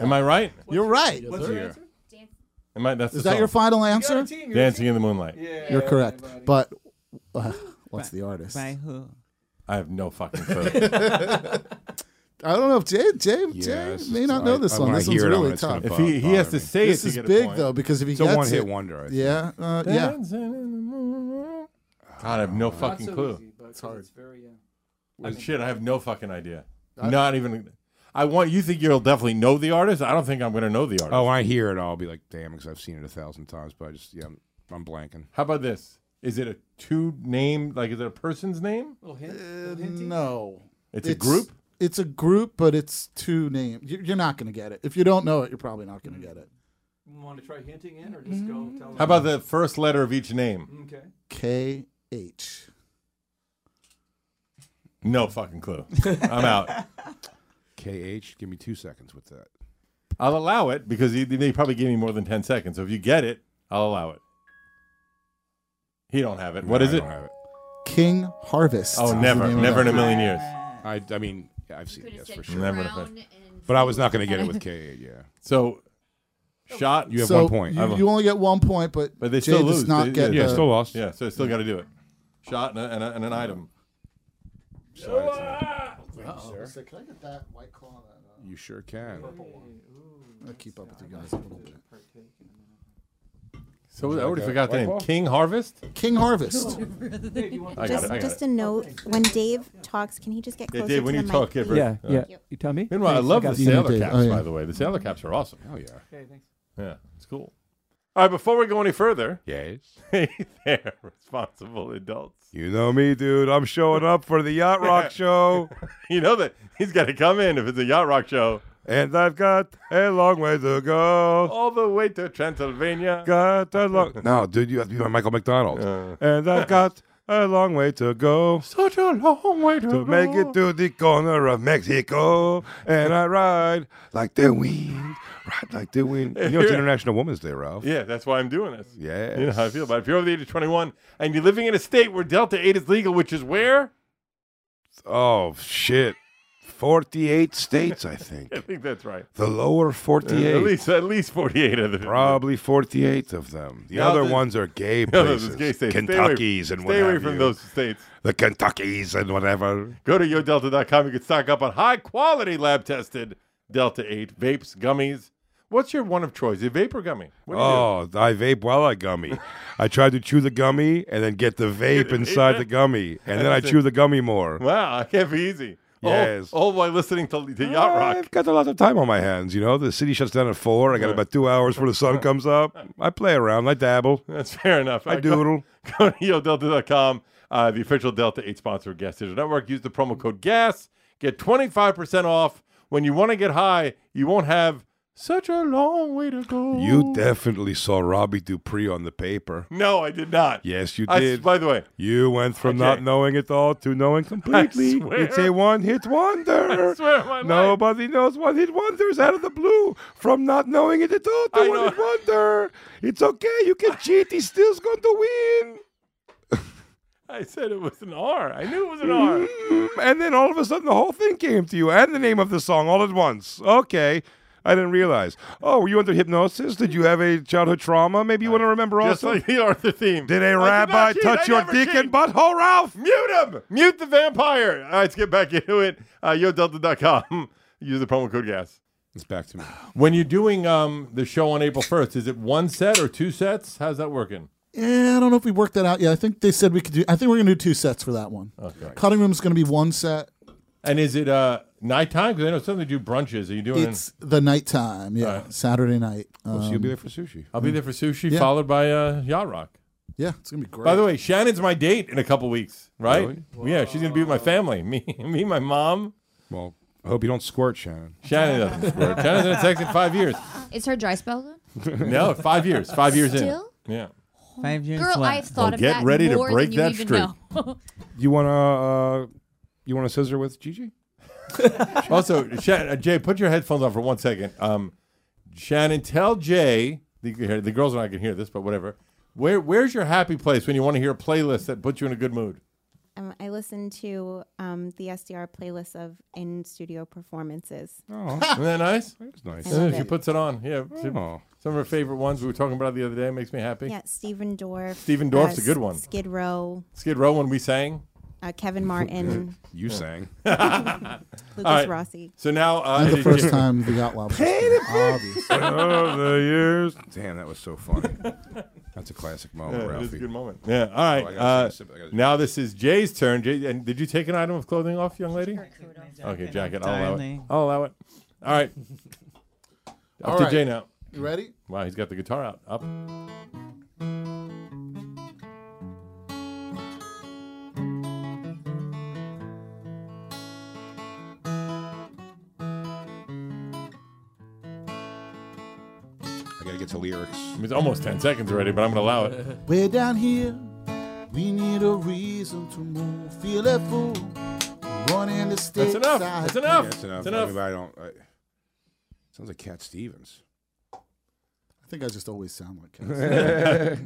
S3: Am I right?
S1: You're right.
S11: What's your answer?
S3: Am I? That's
S1: Is
S3: the
S1: that your
S3: song.
S1: final
S11: You got a
S1: answer?
S11: team. You're a
S3: Dancing in the moonlight.
S11: team. Yeah.
S1: You're correct.
S11: everybody.
S1: But uh, what's the artist?
S10: By
S1: I
S10: who?
S3: I have no fucking clue.
S1: don't know if Jay Jay,
S4: Yeah,
S1: Jay
S4: this
S1: may
S4: is-
S1: not know
S4: I-
S1: this
S4: I-
S1: one.
S4: when I
S1: This one's
S4: hear it, I'm
S1: really
S4: gonna- it's gonna
S1: tough.
S3: if he, he has to say
S1: This
S3: it
S1: is
S3: to get a
S1: big
S3: point.
S1: though because if he
S4: It's a
S1: gets
S4: one-hit
S1: it,
S4: wonder. I think.
S1: yeah, uh, yeah.
S3: Dancing in the moonlight. God, I have no
S11: Not
S3: fucking
S11: so
S3: clue.
S11: easy, but 'cause it's
S1: hard.
S11: very, uh,
S3: I shit, I have no fucking idea. Not even. I want you think you'll definitely know the artist. I don't think I'm gonna know the artist.
S4: Oh, when I hear it, I'll be like, damn, because I've seen it a thousand times. But I just, yeah, I'm, I'm blanking.
S3: How about this? Is it a two name? Like, is it a person's name?
S11: little hint.
S1: Uh,
S11: little hinty.
S1: no,
S3: It's a group?
S1: It's a group, but it's two names. You- You're not gonna get it if you don't know it. You're probably not gonna get it.
S11: Want to try hinting in or just go tell them?
S3: How about the first letter of each name?
S11: Okay.
S1: K H.
S3: No fucking clue. I'm out.
S4: KH, give me two seconds with that.
S3: I'll allow it because he, they probably gave me more than ten seconds. So if you get it, I'll allow it. He don't have it. What
S4: No,
S3: is
S4: I
S3: it?
S4: don't have it.
S1: King Harvest.
S3: Oh,
S1: is the
S3: never,
S1: name of
S3: never
S1: that.
S3: in a million years.
S4: I, I mean, yeah, I've seen
S5: Could
S4: it,
S5: have
S4: yes,
S5: said
S4: for sure.
S3: Never
S5: brown
S3: happened.
S5: and-
S4: But I was not going to get it with KH, yeah.
S3: So, shot.
S4: You have
S1: so
S4: one point.
S1: You,
S4: I've-
S1: you only get one point, but,
S3: But they
S1: Jay
S3: still
S1: does
S3: lose.
S1: not
S3: They-
S1: get
S3: yeah,
S4: yeah,
S1: the-
S4: still lost.
S3: yeah, so I still got to do it. Shot and, a, and, a, and an item.
S4: So it's-
S1: Can I get that white claw? uh,
S4: you sure can.
S1: I'll keep up with you guys a little bit.
S3: So I already
S4: Okay.
S3: forgot the
S4: White
S3: name.
S4: ball?
S3: King Harvest.
S1: King Harvest.
S3: I got
S6: Just,
S3: it. I got
S6: just
S3: it.
S6: a note. When Dave talks, can he just get
S3: Yeah,
S6: closer
S3: Dave, when
S6: to
S3: you
S6: the
S3: talk,
S6: mic?
S3: give her-
S11: Yeah,
S3: uh,
S11: yeah. You tell me?
S3: Meanwhile, I
S11: Thanks,
S3: love the
S11: got
S1: you.
S3: sailor
S1: Dave.
S3: caps.
S1: Oh, yeah.
S3: By the way, the sailor caps are awesome.
S4: Hell yeah.
S11: you. Okay, thanks.
S3: Yeah, it's cool. All right. Before we go any further,
S4: Yes.
S3: hey there, responsible adults.
S4: You know me, dude. I'm showing up for the Yacht Rock show,
S3: You know that he's got to come in if it's a yacht rock show,
S4: and I've got a long way to go.
S3: all the way to Transylvania.
S4: Got a long. No, dude, you have to be my Michael McDonald. And I've got a long way to go.
S3: Such a long way to,
S4: to make it to the corner of Mexico, and I ride like the wind, ride like the wind. You know it's
S3: Yeah.
S4: International Women's Day, Ralph.
S3: Yeah, that's why I'm doing this.
S4: Yes.
S3: You know how I feel about it. If you're over the age of 21 and you're living in a state where Delta 8 is legal, which is where?
S4: Oh shit, forty-eight states, I think.
S3: I think that's right.
S4: The lower
S3: At
S4: forty-eight,
S3: least at least 48 of the
S4: probably forty-eight of them. The
S3: Now
S4: other
S3: the-
S4: ones are gay
S3: No,
S4: places,
S3: those are gay states. Stay away-
S4: Kentuckies and what
S3: Stay away
S4: have
S3: from
S4: you.
S3: those states.
S4: The Kentuckies and whatever.
S3: Go to yodelta.com. You can stock up on high quality lab tested Delta 8 vapes, gummies. What's your one of choice? A vape or gummy? What do you do?
S4: Oh, I vape while I gummy. I tried to chew the gummy and then get the vape inside the gummy, and then I chew the gummy more.
S3: Wow, that can't be easy. All-
S4: Yes.
S3: All, while listening to, to Yacht Rock.
S4: I've got a lot of time on my hands. You know, the city shuts down at four. I got about two hours before the sun comes up. I play around. I dabble.
S3: That's fair enough.
S4: I
S3: Uh, go-
S4: doodle.
S3: Go to yodelta.com, uh, the official Delta 8 sponsor of Gas Digital Network. Use the promo code GAS. Get 25% off. When you want to get high, you won't have Such a long way to go.
S4: You definitely saw Robbie Dupree on the paper.
S3: No, I did not.
S4: Yes, you
S3: I s-
S4: did.
S3: by the way,
S4: you went from not
S3: Okay.
S4: knowing it all to knowing completely.
S3: swear.
S4: It's a one-hit wonder.
S3: I swear on my life.
S4: Nobody knows one-hit wonders out of the blue. From not knowing it at all
S3: I
S4: to
S3: know.
S4: one-hit wonder. It's okay. You can cheat. He's still going to win.
S3: I said it was an R. I knew it was an R.
S4: Mm, And then all of a sudden, the whole thing came to you and the name of the song all at once. Okay. I didn't realize. Oh, were you under hypnosis? Did you have a childhood trauma? Maybe you want to remember
S3: Just
S4: also?
S3: like the Arthur theme.
S4: Did a
S3: I did not
S4: rabbi
S3: cheat.
S4: touch
S3: I
S4: your
S3: never
S4: dick
S3: cheat.
S4: and butthole, Ralph?
S3: Mute him. Mute the vampire. All right, let's get back into it. Uh, YoDelta.com. Use the promo code GAS.
S4: It's back to me.
S3: When you're doing um, the show on April 1st, is it one set or two sets? How's that working?
S1: Yeah, I don't know if we worked that out yet. I think they said we could do. I think we're gonna do two sets for that one.
S3: Okay.
S1: Cutting room is gonna be one set.
S3: And is it uh, nighttime? Because I know some they do brunches. Are you doing?
S1: It's the nighttime. Yeah, Saturday night.
S4: so you'll
S1: Um,
S4: be there for sushi.
S3: I'll be there for sushi,
S1: Yeah.
S3: followed by uh, Yacht Rock.
S1: yeah, it's gonna be great.
S3: By the way, Shannon's my date in a couple weeks, right?
S4: Really?
S3: Yeah, she's gonna be with my family. Me, me, my mom.
S4: Well, I hope you don't squirt, Shannon.
S3: Shannon doesn't squirt. Shannon's in a text in five years.
S8: Is her dry spell done?
S3: No, five years. Five years
S8: Still?
S3: in. Yeah.
S10: Five years.
S8: Girl,
S10: what?
S8: I've thought
S3: Well,
S8: of
S3: get
S8: that
S3: ready to
S8: more
S3: break
S8: than
S3: that
S8: you
S3: streak.
S8: even know.
S4: You want to uh, you want to scissor with Gigi?
S3: Also, Shan- uh, Jay, put your headphones on for one second. Um, Shannon, tell Jay the, the girls and I can hear this, but whatever. Where Where's your happy place when you want to hear a playlist that puts you in a good mood?
S6: Um, I listen to um, the SDR playlist of in studio performances.
S4: Oh,
S3: Isn't that nice?
S4: that's nice.
S6: love
S3: she
S6: it.
S3: puts it on. Yeah,
S4: Oh.
S3: some of her favorite ones we were talking about the other day makes me happy.
S6: Yeah, Stephen Dorff. uh,
S3: Stephen Dorff's a good one.
S6: Skid Row,
S3: Skid Row when we sang.
S6: uh, Kevin Martin,
S4: You sang.
S6: Lucas
S3: right.
S6: Rossi.
S3: So now uh,
S1: And
S3: it-
S1: the first time the yacht lob. Obviously.
S4: Over the years. Damn, that was so funny. That's a classic moment,
S3: Yeah,
S4: Ralphie.
S3: It is a good moment. Yeah. All right.
S4: Oh, I gotta
S3: uh,
S4: take a sip. I gotta-
S3: now this is Jay's turn. Jay, and did you take an item of clothing off, young lady? Okay, jacket. I'll allow it.
S10: Darling.
S3: I'll allow it. All right. Up
S1: All
S3: to
S1: right.
S3: Jay now.
S1: You ready?
S3: Wow, he's got the guitar out. Up.
S4: I gotta get to lyrics.
S3: I mean, it's almost 10 seconds already, but I'm going to allow it.
S1: Way down here, we need a reason to move. Feel that fool running the stakes.
S3: That's enough.
S1: I-
S3: That's enough.
S4: That's enough.
S3: That's enough.
S4: I, mean, I don't. I, sounds like Cat Stevens.
S1: I think I just always sound like Cass.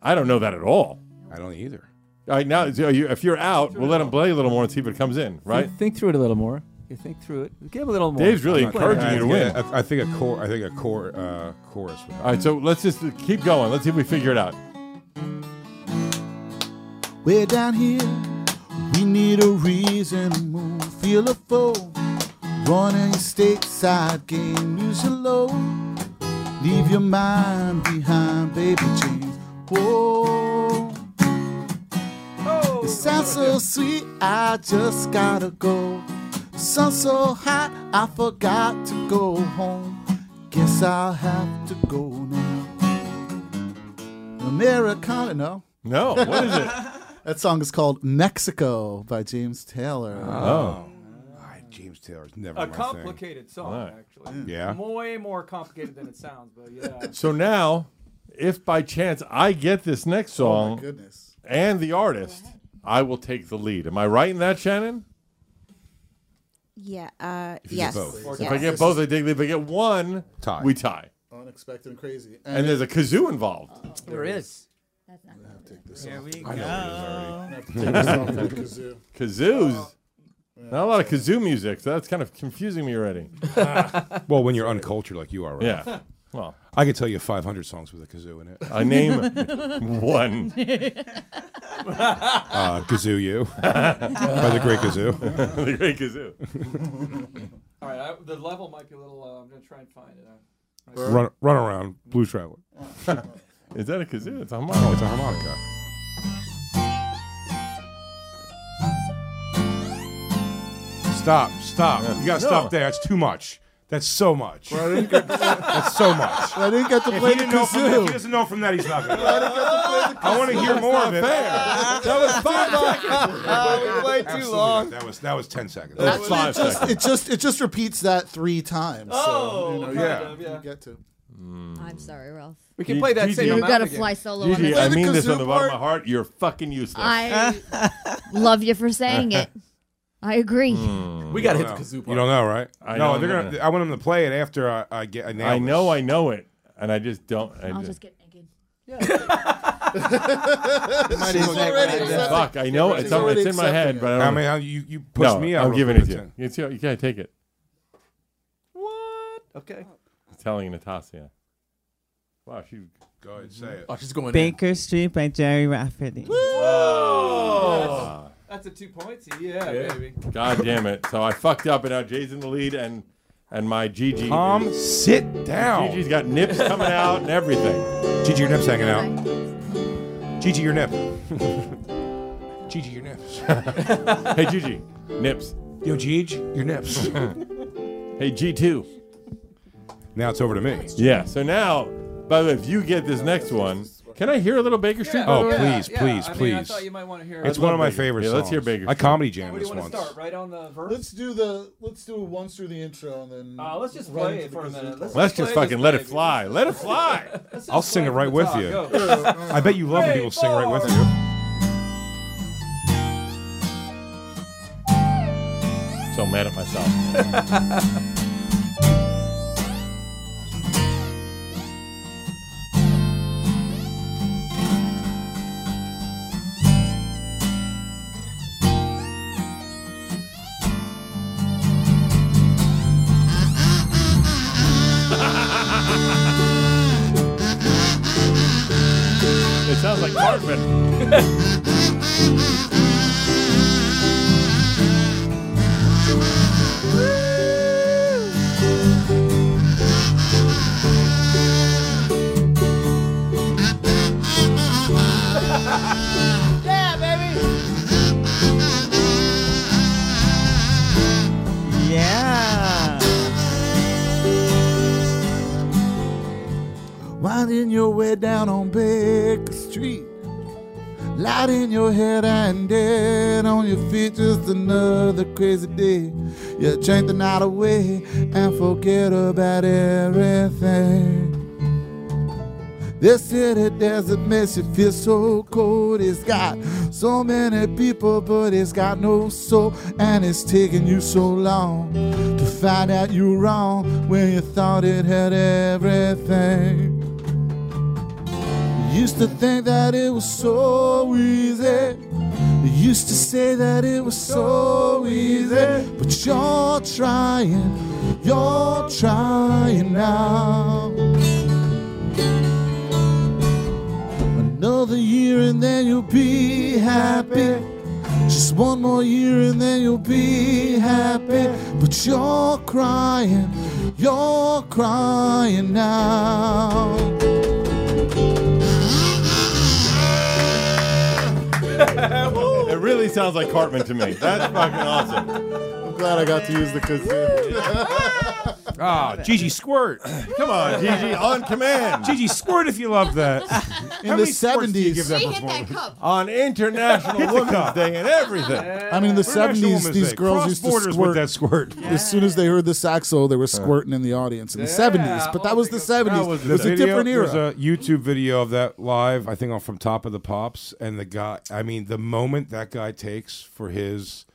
S3: I don't know that at all.
S4: I don't either.
S3: All right, now, so you, if you're out, we'll let him play a little more and see if it comes in, right?
S11: Think, think through it a little more. You think through it. Give a little more.
S3: Dave's really
S4: I'm not-
S3: encouraging
S4: I-
S3: you to win.
S4: I, I think a core. I think a core uh, chorus. Would
S3: All right, so let's just keep going. Let's see if we figure it out.
S1: Way down here, we need a reason to move. Feel a foe running your stakeside game. Lose your low, leave your mind behind, baby James. Whoa. It sounds so sweet, I just gotta go. The sun's so hot, I forgot to go home. Guess I'll have to go now. Americana, no.
S3: No, what is it?
S1: That song is called Mexico by James Taylor.
S3: Oh.
S4: I, ah, James Taylor's never
S11: A
S4: my
S11: complicated song,
S3: All right.
S11: actually.
S10: Mm.
S4: thing. Yeah.
S11: Way more complicated than it sounds, but yeah.
S3: So now, if by chance I get this next
S1: Oh my
S3: song
S1: goodness.
S3: and the artist, I will take the lead. Am I right in that, Shannon?
S6: Yeah. Uh,
S4: you get
S6: yes.
S4: both.
S3: If I
S6: yes.
S3: get both, I take the lead. If I get one,
S4: Tie.
S3: we tie.
S1: Unexpected and crazy. And,
S3: And there's a kazoo involved.
S11: there is.
S8: That's not good.
S11: Here we
S4: I know
S11: go.
S4: what it is already.
S1: kazoo.
S3: Kazoos. Not a lot of kazoo music, so that's kind of confusing me already.
S4: Well, when you're uncultured like you are, right?
S3: Yeah. Well,
S4: I could tell you 500 songs with a kazoo in it.
S3: I name one.
S4: Uh, kazoo You by the Great Kazoo.
S3: the great kazoo.
S11: All right, I, the level might be a little. Uh, I'm gonna try and find it. Uh,
S4: Run, run around, Blue Traveler.
S3: Is that a kazoo? It's a
S4: Oh,
S3: harmonica.
S4: it's a harmonica. Stop, stop. You gotta
S3: No.
S4: stop there. That's too much. That's so much.
S9: Well, I didn't get-
S4: That's so much.
S9: I didn't get to
S4: If
S9: play
S4: he
S9: the
S4: didn't know from that- if
S9: kazoo.
S4: he doesn't know from that, he's not going
S9: I didn't get to play the
S4: I want to
S9: kazoo.
S4: hear
S9: That's
S4: more
S9: not
S4: of it.
S9: fair.
S4: That
S9: was five
S4: seconds.
S9: Oh, we played too
S4: Absolutely
S9: long.
S4: not. That was that was ten seconds.
S9: It- it just, It just it just repeats that three times.
S5: Oh,
S9: so, you know, you-
S5: kind of,
S9: you
S5: yeah.
S9: get to.
S5: I'm sorry, Ralph.
S9: We can play that same
S5: You
S9: amount
S5: gotta
S9: again.
S5: fly solo on
S3: Gigi,
S5: this.
S3: I mean this from
S5: on
S3: the bottom of my heart. You're fucking useless.
S5: I love you for saying it. I agree.
S4: Hmm.
S3: We
S4: You don't
S3: gotta hit the
S4: know.
S3: kazoo
S4: You
S3: part.
S4: don't know, right?
S3: I
S4: no,
S3: don't
S4: they're
S3: know.
S4: gonna. I want them to play it after I, I get. I, nail
S3: I
S4: it.
S3: know, I know it, and I just don't. I
S5: I'll
S3: just-
S5: just get naked.
S9: Might as well get rid of that.
S3: Fuck, I know it's,
S9: She's
S3: on-
S9: already
S3: it's in my head,
S9: accepting
S3: but I
S4: it.
S3: don't.
S4: I mean, how you- you pushed
S3: no,
S4: me out
S3: I'm
S4: real
S3: giving it
S4: quick,
S3: to you. It's, you can't take it.
S11: Okay.
S3: I'm telling Natasha. Wow, she.
S4: Go ahead, say it.
S11: Oh, she's going in.
S10: Baker Street by Jerry Rafferty.
S11: Oh, that's, that's a two points. Yeah, baby.
S3: Ah. God damn it! So I fucked up, and now Jay's in the lead, and and my Gigi.
S4: Tom,
S3: is-
S4: sit down.
S3: Gigi's got nips coming out and everything.
S4: Gigi, your nip's hanging out. Gigi, your nip. Gigi, your nips.
S3: hey Gigi, nips.
S4: Yo, Gigi, your nips.
S3: Hey G two.
S4: now it's over to me.
S3: Yeah. So now, by the way, if you get this next one, can I hear a little Baker Street? by
S4: Oh,
S3: the way?
S4: please,
S11: yeah.
S4: please,
S11: I mean,
S4: please.
S11: I thought you might wanna hear-
S4: It's
S3: I
S4: one of
S3: love
S4: my
S3: Baker.
S4: favorite
S3: Yeah,
S4: songs.
S3: let's hear Baker
S4: I
S3: Street.
S4: comedy jammed
S11: Where do
S4: this
S11: you want to
S4: once.
S11: start? Right on the verse.
S9: Let's do the let's do once through the intro and then.
S11: Uh, let's just
S9: run
S11: play
S9: into
S11: it
S9: the
S11: for a
S9: kazoo
S11: minute.
S9: part.
S11: Let's
S3: Let's just
S11: Play this
S3: fucking let it
S11: baby.
S3: fly. Let it fly.
S11: Let's
S4: I'll
S11: just
S4: sing
S11: play
S4: it right
S11: from the
S4: with
S11: top.
S4: you.
S11: Go.
S4: I bet you love when
S11: Three,
S4: people sing right with
S11: four.
S4: you.
S3: So mad at myself. It sounds like Cartman.
S10: Yeah.
S9: Winding your way down on Baker Street. Light in your head and dead on your feet, just another crazy day. You drink the night away and forget about everything. This city desert makes you feel so cold. It's got so many people, but it's got no soul. And it's taking you so long to find out you're wrong when you thought it had everything. You used to think that it was so easy. You used to say that it was so easy. But you're trying, you're trying now. Another year and then you'll be happy. Just one more year and then you'll be happy. But you're crying, you're crying now.
S3: It really sounds like Cartman to me. That's fucking awesome.
S9: I'm glad I got to use the kazoo.
S4: Ah, Gigi squirt.
S3: Come on, Gigi, on command.
S4: Gigi squirt if you love that.
S9: In
S4: How
S9: the
S4: many squirts do you give
S9: 70s.
S4: that
S5: She hit that
S4: performance?
S5: cup.
S3: On International Women's Day and everything.
S9: I mean, in the
S4: International
S9: 70s,
S4: Women's
S9: these
S4: Day.
S9: girls
S4: Cross
S9: used to
S4: borders
S9: squirt.
S4: with that squirt.
S9: As soon as they heard the saxo, they were squirting in the audience in the
S11: Yeah.
S9: 70s. But
S11: Oh,
S9: that was the
S11: because-
S9: 70s.
S3: that
S9: it
S3: was the
S9: was a different
S4: There's
S9: era.
S4: a YouTube video of that live, I think, on from Top of the Pops, and the guy. I mean, the moment that guy takes for his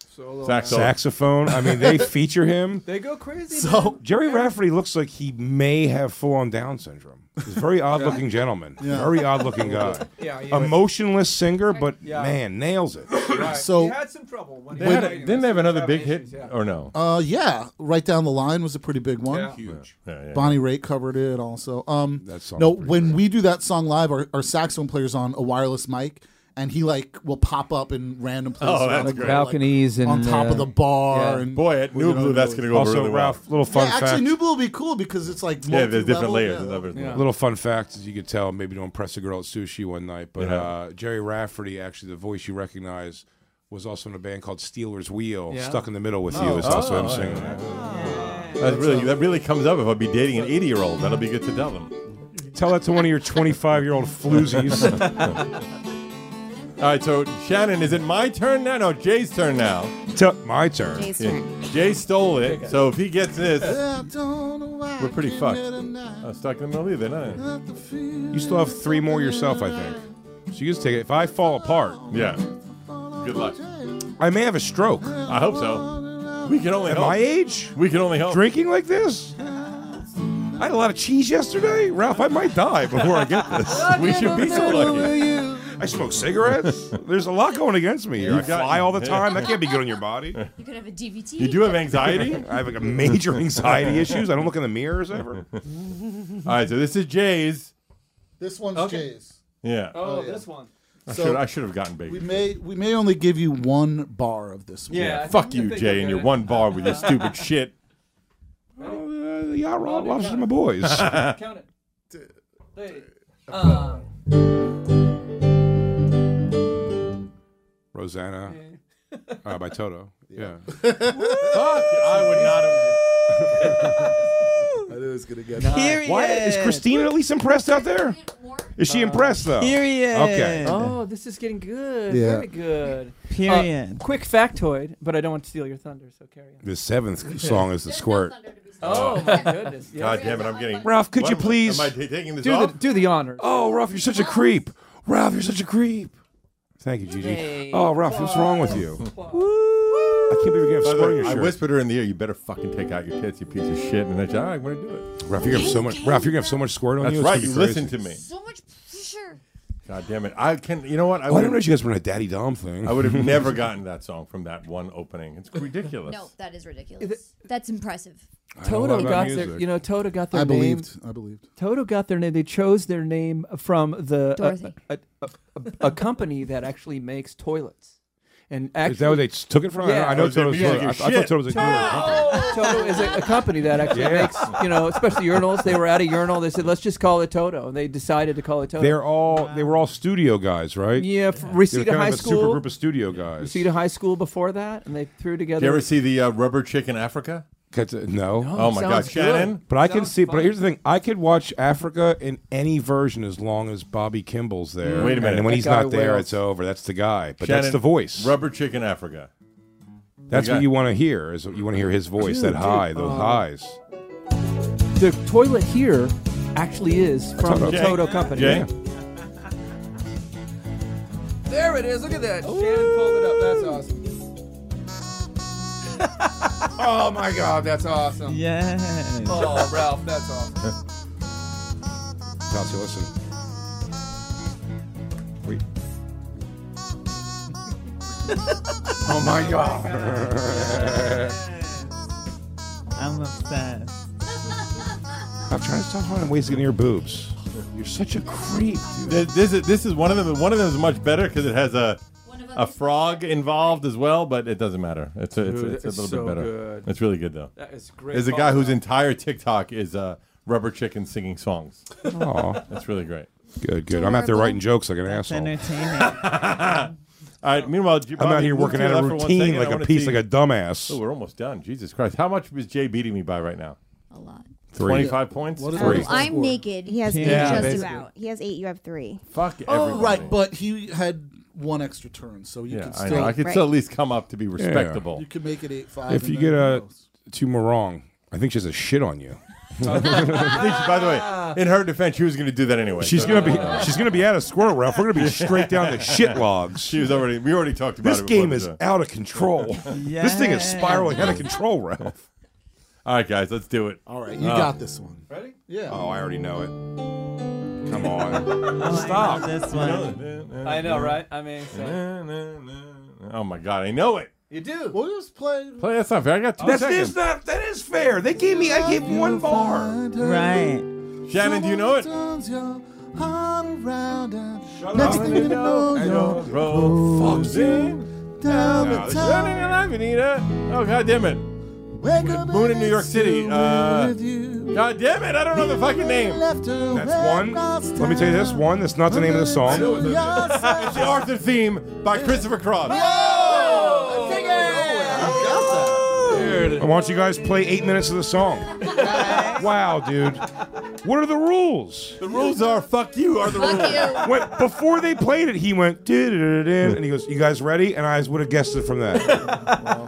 S3: Saxo.
S4: saxophone. I mean, they feature him.
S11: They go crazy.
S9: So-
S11: man.
S4: Jerry Rafferty looks like he may have full-on Down syndrome. He's a very odd-looking gentleman. Very odd-looking guy.
S11: Yeah, yeah.
S4: Emotionless singer, but
S11: Yeah.
S4: man, nails it.
S11: Right.
S9: So-
S11: he had some trouble when he
S3: They had
S11: was
S3: a,
S11: writing
S3: didn't
S11: this.
S3: they have
S11: He was
S3: another
S11: having
S3: big hit?
S11: issues, yeah.
S3: Or no?
S9: Uh, yeah, right down the line was a pretty big one.
S11: Yeah.
S4: Huge.
S3: Yeah, yeah.
S9: Bonnie Raitt covered it also. Um,
S4: That song's
S9: no,
S4: pretty
S9: when
S4: great.
S9: we do that song live, our, our saxophone player's on a wireless mic, and he like will pop up in random places,
S3: Oh, that's
S9: around the
S3: great.
S9: club, like,
S5: Balconies and,
S9: on top of the
S5: uh,
S9: bar.
S5: yeah.
S9: And
S3: Boy, at
S9: Well, you
S3: New
S9: know,
S3: Blue, that's going to go over
S4: also,
S3: really well.
S4: Ralph, little
S9: yeah,
S4: fun
S9: actually,
S4: fact.
S9: New Blue will be cool because it's like
S3: Yeah, there's different
S9: multi-level,
S3: layers.
S9: yeah.
S3: and everything.
S11: Yeah.
S4: Little fun fact, as you could tell, maybe to impress a girl at sushi one night, but
S3: Yeah.
S4: uh, Jerry Rafferty, actually the voice you recognize, was also in a band called Steeler's Wheel.
S11: Yeah.
S4: Stuck in the middle with you is also him singing. that.
S3: That really that really comes up if I'd be dating an 80 year old. That'll be good to tell them.
S4: Tell that to one of your 25 year old floozies.
S3: All right, so Shannon, is it my turn now? No, Jay's turn now.
S4: my turn.
S3: Jay's
S6: turn.
S3: Jay stole it, so if he gets this,
S1: I don't know why
S3: we're pretty
S1: I
S3: fucked.
S1: can't get
S3: I'm stuck in the middle either, not
S4: You still have three more yourself, I think. So you just take it. If I fall apart,
S3: yeah. Good luck.
S4: I may have a stroke.
S3: I hope so. We can only
S4: At
S3: hope.
S4: my age,
S3: we can only hope.
S4: Drinking like this, I had a lot of cheese yesterday, Ralph. I might die before I get this.
S3: We should be so lucky.
S4: I smoke cigarettes. There's a lot going against me here.
S3: You
S4: I
S3: got-
S4: fly all the time. That can't be good on your body.
S12: You could have a DVT.
S3: You do have anxiety?
S4: I have like major anxiety issues. I don't look in the mirrors ever.
S3: All right, so this is Jay's.
S1: This one's Jay's.
S3: Yeah.
S11: Oh,
S1: yeah.
S11: this one.
S3: I
S1: So-
S3: should I should have gotten bigger.
S1: We may we may only give you one bar of this one.
S3: Yeah, fuck you, Jay, and your one bar with your stupid shit.
S4: Uh, the yacht rob lobsters are my boys.
S11: Count it. Hey. Um,
S4: Rosanna uh, by Toto. Yeah.
S3: Fuck, I would not have.
S1: I knew it was gonna get
S10: Period.
S4: Why is Christina at least impressed out there?
S12: Oh.
S4: Is
S3: Uh,
S4: she impressed though?
S10: Period.
S4: Okay.
S11: oh, this is getting good.
S4: Yeah.
S11: Very good.
S10: Period.
S11: Uh, quick factoid, but I don't want to steal your thunder, so carry on.
S4: The seventh song is the squirt.
S11: Oh, my goodness. Yeah.
S3: God damn it, I'm getting.
S4: Ralph, could you
S3: What am I-
S4: please-
S3: Am I t- taking this
S11: Do the,
S3: off?
S11: do the honors.
S4: Oh, Ralph, you're such a creep. Ralph, you're such a creep. Thank you, Gigi. Oh, Ralph, what's wrong with you? I can't believe you're gonna have
S3: By the
S4: squirt
S3: way,
S4: in your
S3: I
S4: shirt.
S3: whispered her in the ear, you better fucking take out your tits, you piece of shit. And I said, all right, I'm going to do it.
S4: Ralph, you're gonna have so much. Ralph, you're gonna have so much squirt on
S3: That's
S4: you. it's
S3: right,
S4: gonna be
S3: you
S4: crazy.
S3: listened to me.
S12: So much pressure.
S3: God damn it. I can, you know what? I
S4: Oh, I didn't
S3: would
S4: realize you guys were in a daddy dom thing.
S3: I would have never gotten that song from that one opening. It's ridiculous.
S12: No, that is ridiculous. That's impressive.
S11: Toto got their, you know, Toto got their
S1: I
S11: name.
S1: believed. I believed.
S11: Toto got their name. They chose their name from the uh,
S12: Dorothy.
S11: A, a, a, a company that actually makes toilets. And actually,
S4: Is that where they took it from? I don't-
S11: Yeah.
S4: I know
S3: Oh, is it
S4: Toto was.
S3: music
S4: I,
S3: or
S4: I thought
S3: shit?
S4: Toto was a dealer.
S11: Toto is a, a company that actually
S4: Yeah.
S11: makes, you know, especially urinals. They were at a urinal. They said, let's just call it Toto. And they decided to call it Toto.
S4: They're all. They were all studio guys, right?
S11: yeah, f-
S4: They were
S11: Reseda
S4: kind
S11: High
S4: of a super
S11: School.
S4: group of studio guys.
S11: Reseda High School before that. And they threw
S3: Did you
S11: together.
S3: ever see the uh, Rubber Chick in Africa?
S4: Cut to- No.
S3: Oh, my God.
S11: sounds good.
S3: Shannon?
S4: But I can
S11: Sounds
S4: see. But
S11: fun.
S4: here's the thing: I could watch Africa in any version as long as Bobby Kimball's there.
S3: Wait a minute.
S4: And when
S11: That
S4: he's
S11: guy
S4: not there,
S11: wails.
S4: it's over. That's the guy. But that's
S3: Shannon,
S4: the voice.
S3: Rubber Chick in Africa.
S4: that's
S3: you
S4: what
S3: got-
S4: you want to hear. Is you want to hear his voice? that high, those highs.
S11: the toilet here actually is from
S4: Toto.
S11: the
S3: Jay.
S11: Toto company.
S3: Jay?
S11: There it is. Look at that. Shannon pulled it up. That's awesome.
S1: Oh my god, that's awesome.
S10: Yes.
S11: Oh, Ralph, that's awesome.
S4: Kelsey, listen. Wait. oh my god!
S10: I'm obsessed.
S4: I'm trying to stop finding ways to get near boobs. You're such a creep, dude.
S3: Th- This is, this is one of them. One of them is much better because it has a
S12: One of
S3: a
S12: us-
S3: frog involved as well, but it doesn't matter. It's a, it's, a-
S11: Dude,
S3: it's a
S11: it's
S3: little
S11: so
S3: bit better.
S11: good.
S3: It's really good though.
S11: That is great.
S3: There's a guy whose entire TikTok is uh, rubber chicken singing songs.
S4: Aw,
S3: That's really great.
S4: good, good. I'm out there writing jokes like an
S10: It's
S4: asshole.
S10: entertaining.
S3: All right. Meanwhile,
S4: I'm out here working out a routine like a piece, like a
S3: Oh,
S4: dumbass.
S3: we're almost done. Jesus Christ! How much was Jay beating me by right now?
S12: A lot.
S4: Three.
S3: Twenty-five points.
S1: What is
S4: Three.
S12: Um, I'm naked.
S6: He has
S10: Yeah,
S6: eight.
S12: just
S3: basically.
S12: about.
S6: He has eight. You have three.
S3: Fuck everybody.
S1: Oh right, but he had one extra turn, so you
S3: yeah,
S1: could
S3: I
S1: still
S3: know. I could
S6: Right.
S3: still at least come up to be respectable.
S1: you could make it eight five.
S4: If
S1: and
S4: you
S1: then
S4: get a
S1: who knows?
S4: two more wrong, I think she has a shit on you.
S3: I think she- by the way, in her defense, she was going to do that anyway.
S4: She's
S3: So-
S4: gonna be, she's gonna be out of squirrel, Ralph. We're gonna be straight down the shit logs.
S3: She was already. We already talked about
S4: This
S3: it. before
S4: game
S3: the
S4: is
S3: show.
S4: out of control. This thing is spiraling out of control, Ralph.
S3: All right, guys, let's do it.
S1: All right, you got this one.
S11: Ready?
S1: Yeah.
S4: Oh, I already know it. Come on.
S10: Oh, Stop. this one.
S11: I know, right? I mean, so.
S3: Oh my god, I know it.
S11: you do.
S1: We'll just play.
S3: Play that's not fair. I got two
S4: That's
S3: seconds.
S4: is not that is fair. They gave me I gave one bar.
S10: Right.
S3: Shannon, do you know it?
S1: Turns your heart around and
S4: Next
S1: next thing you know, you're down
S4: Nah,
S1: the
S4: this-
S1: tunnel.
S3: Oh god damn it!
S1: Wake up
S3: Moon in
S1: and
S3: New York
S1: it's
S3: City,
S1: you
S3: uh,
S1: with you.
S3: God damn it! I don't know the fucking name.
S1: Left her
S4: That's
S1: where
S4: one.
S1: last
S4: Let me tell you this
S1: time.
S4: one. That's not the name of the song.
S3: It's the Arthur theme by Christopher Cross.
S1: Whoa! There it
S4: Why don't you guys play eight minutes of the song? wow, dude. What are the rules?
S3: The rules are fuck you are the Fuck rules. you.
S4: Wait, before they played it, he went, "Du-du-du-du-du," and he goes, You guys ready? And I would have guessed it from that.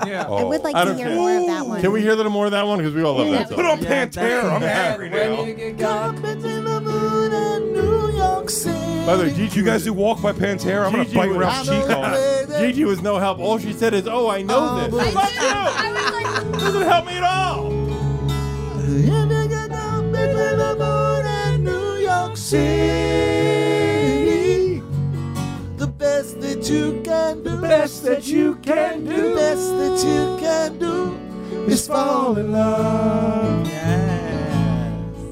S3: Yeah.
S4: I would like to hear more of that one.
S3: Can we hear a little more of that one? Because we all love that song.
S4: Put on Pantera. I'm angry now. By the way, Gigi you guys do Walk by Pantera. I'm going to
S3: Gigi
S4: bite
S3: was-
S4: Ralph's cheek off.
S3: Gigi was no help. All she said is, "Oh, I know this." Doesn't help me at all.
S1: The best that you can do. The best that you can do. The best that you can do is fall in love.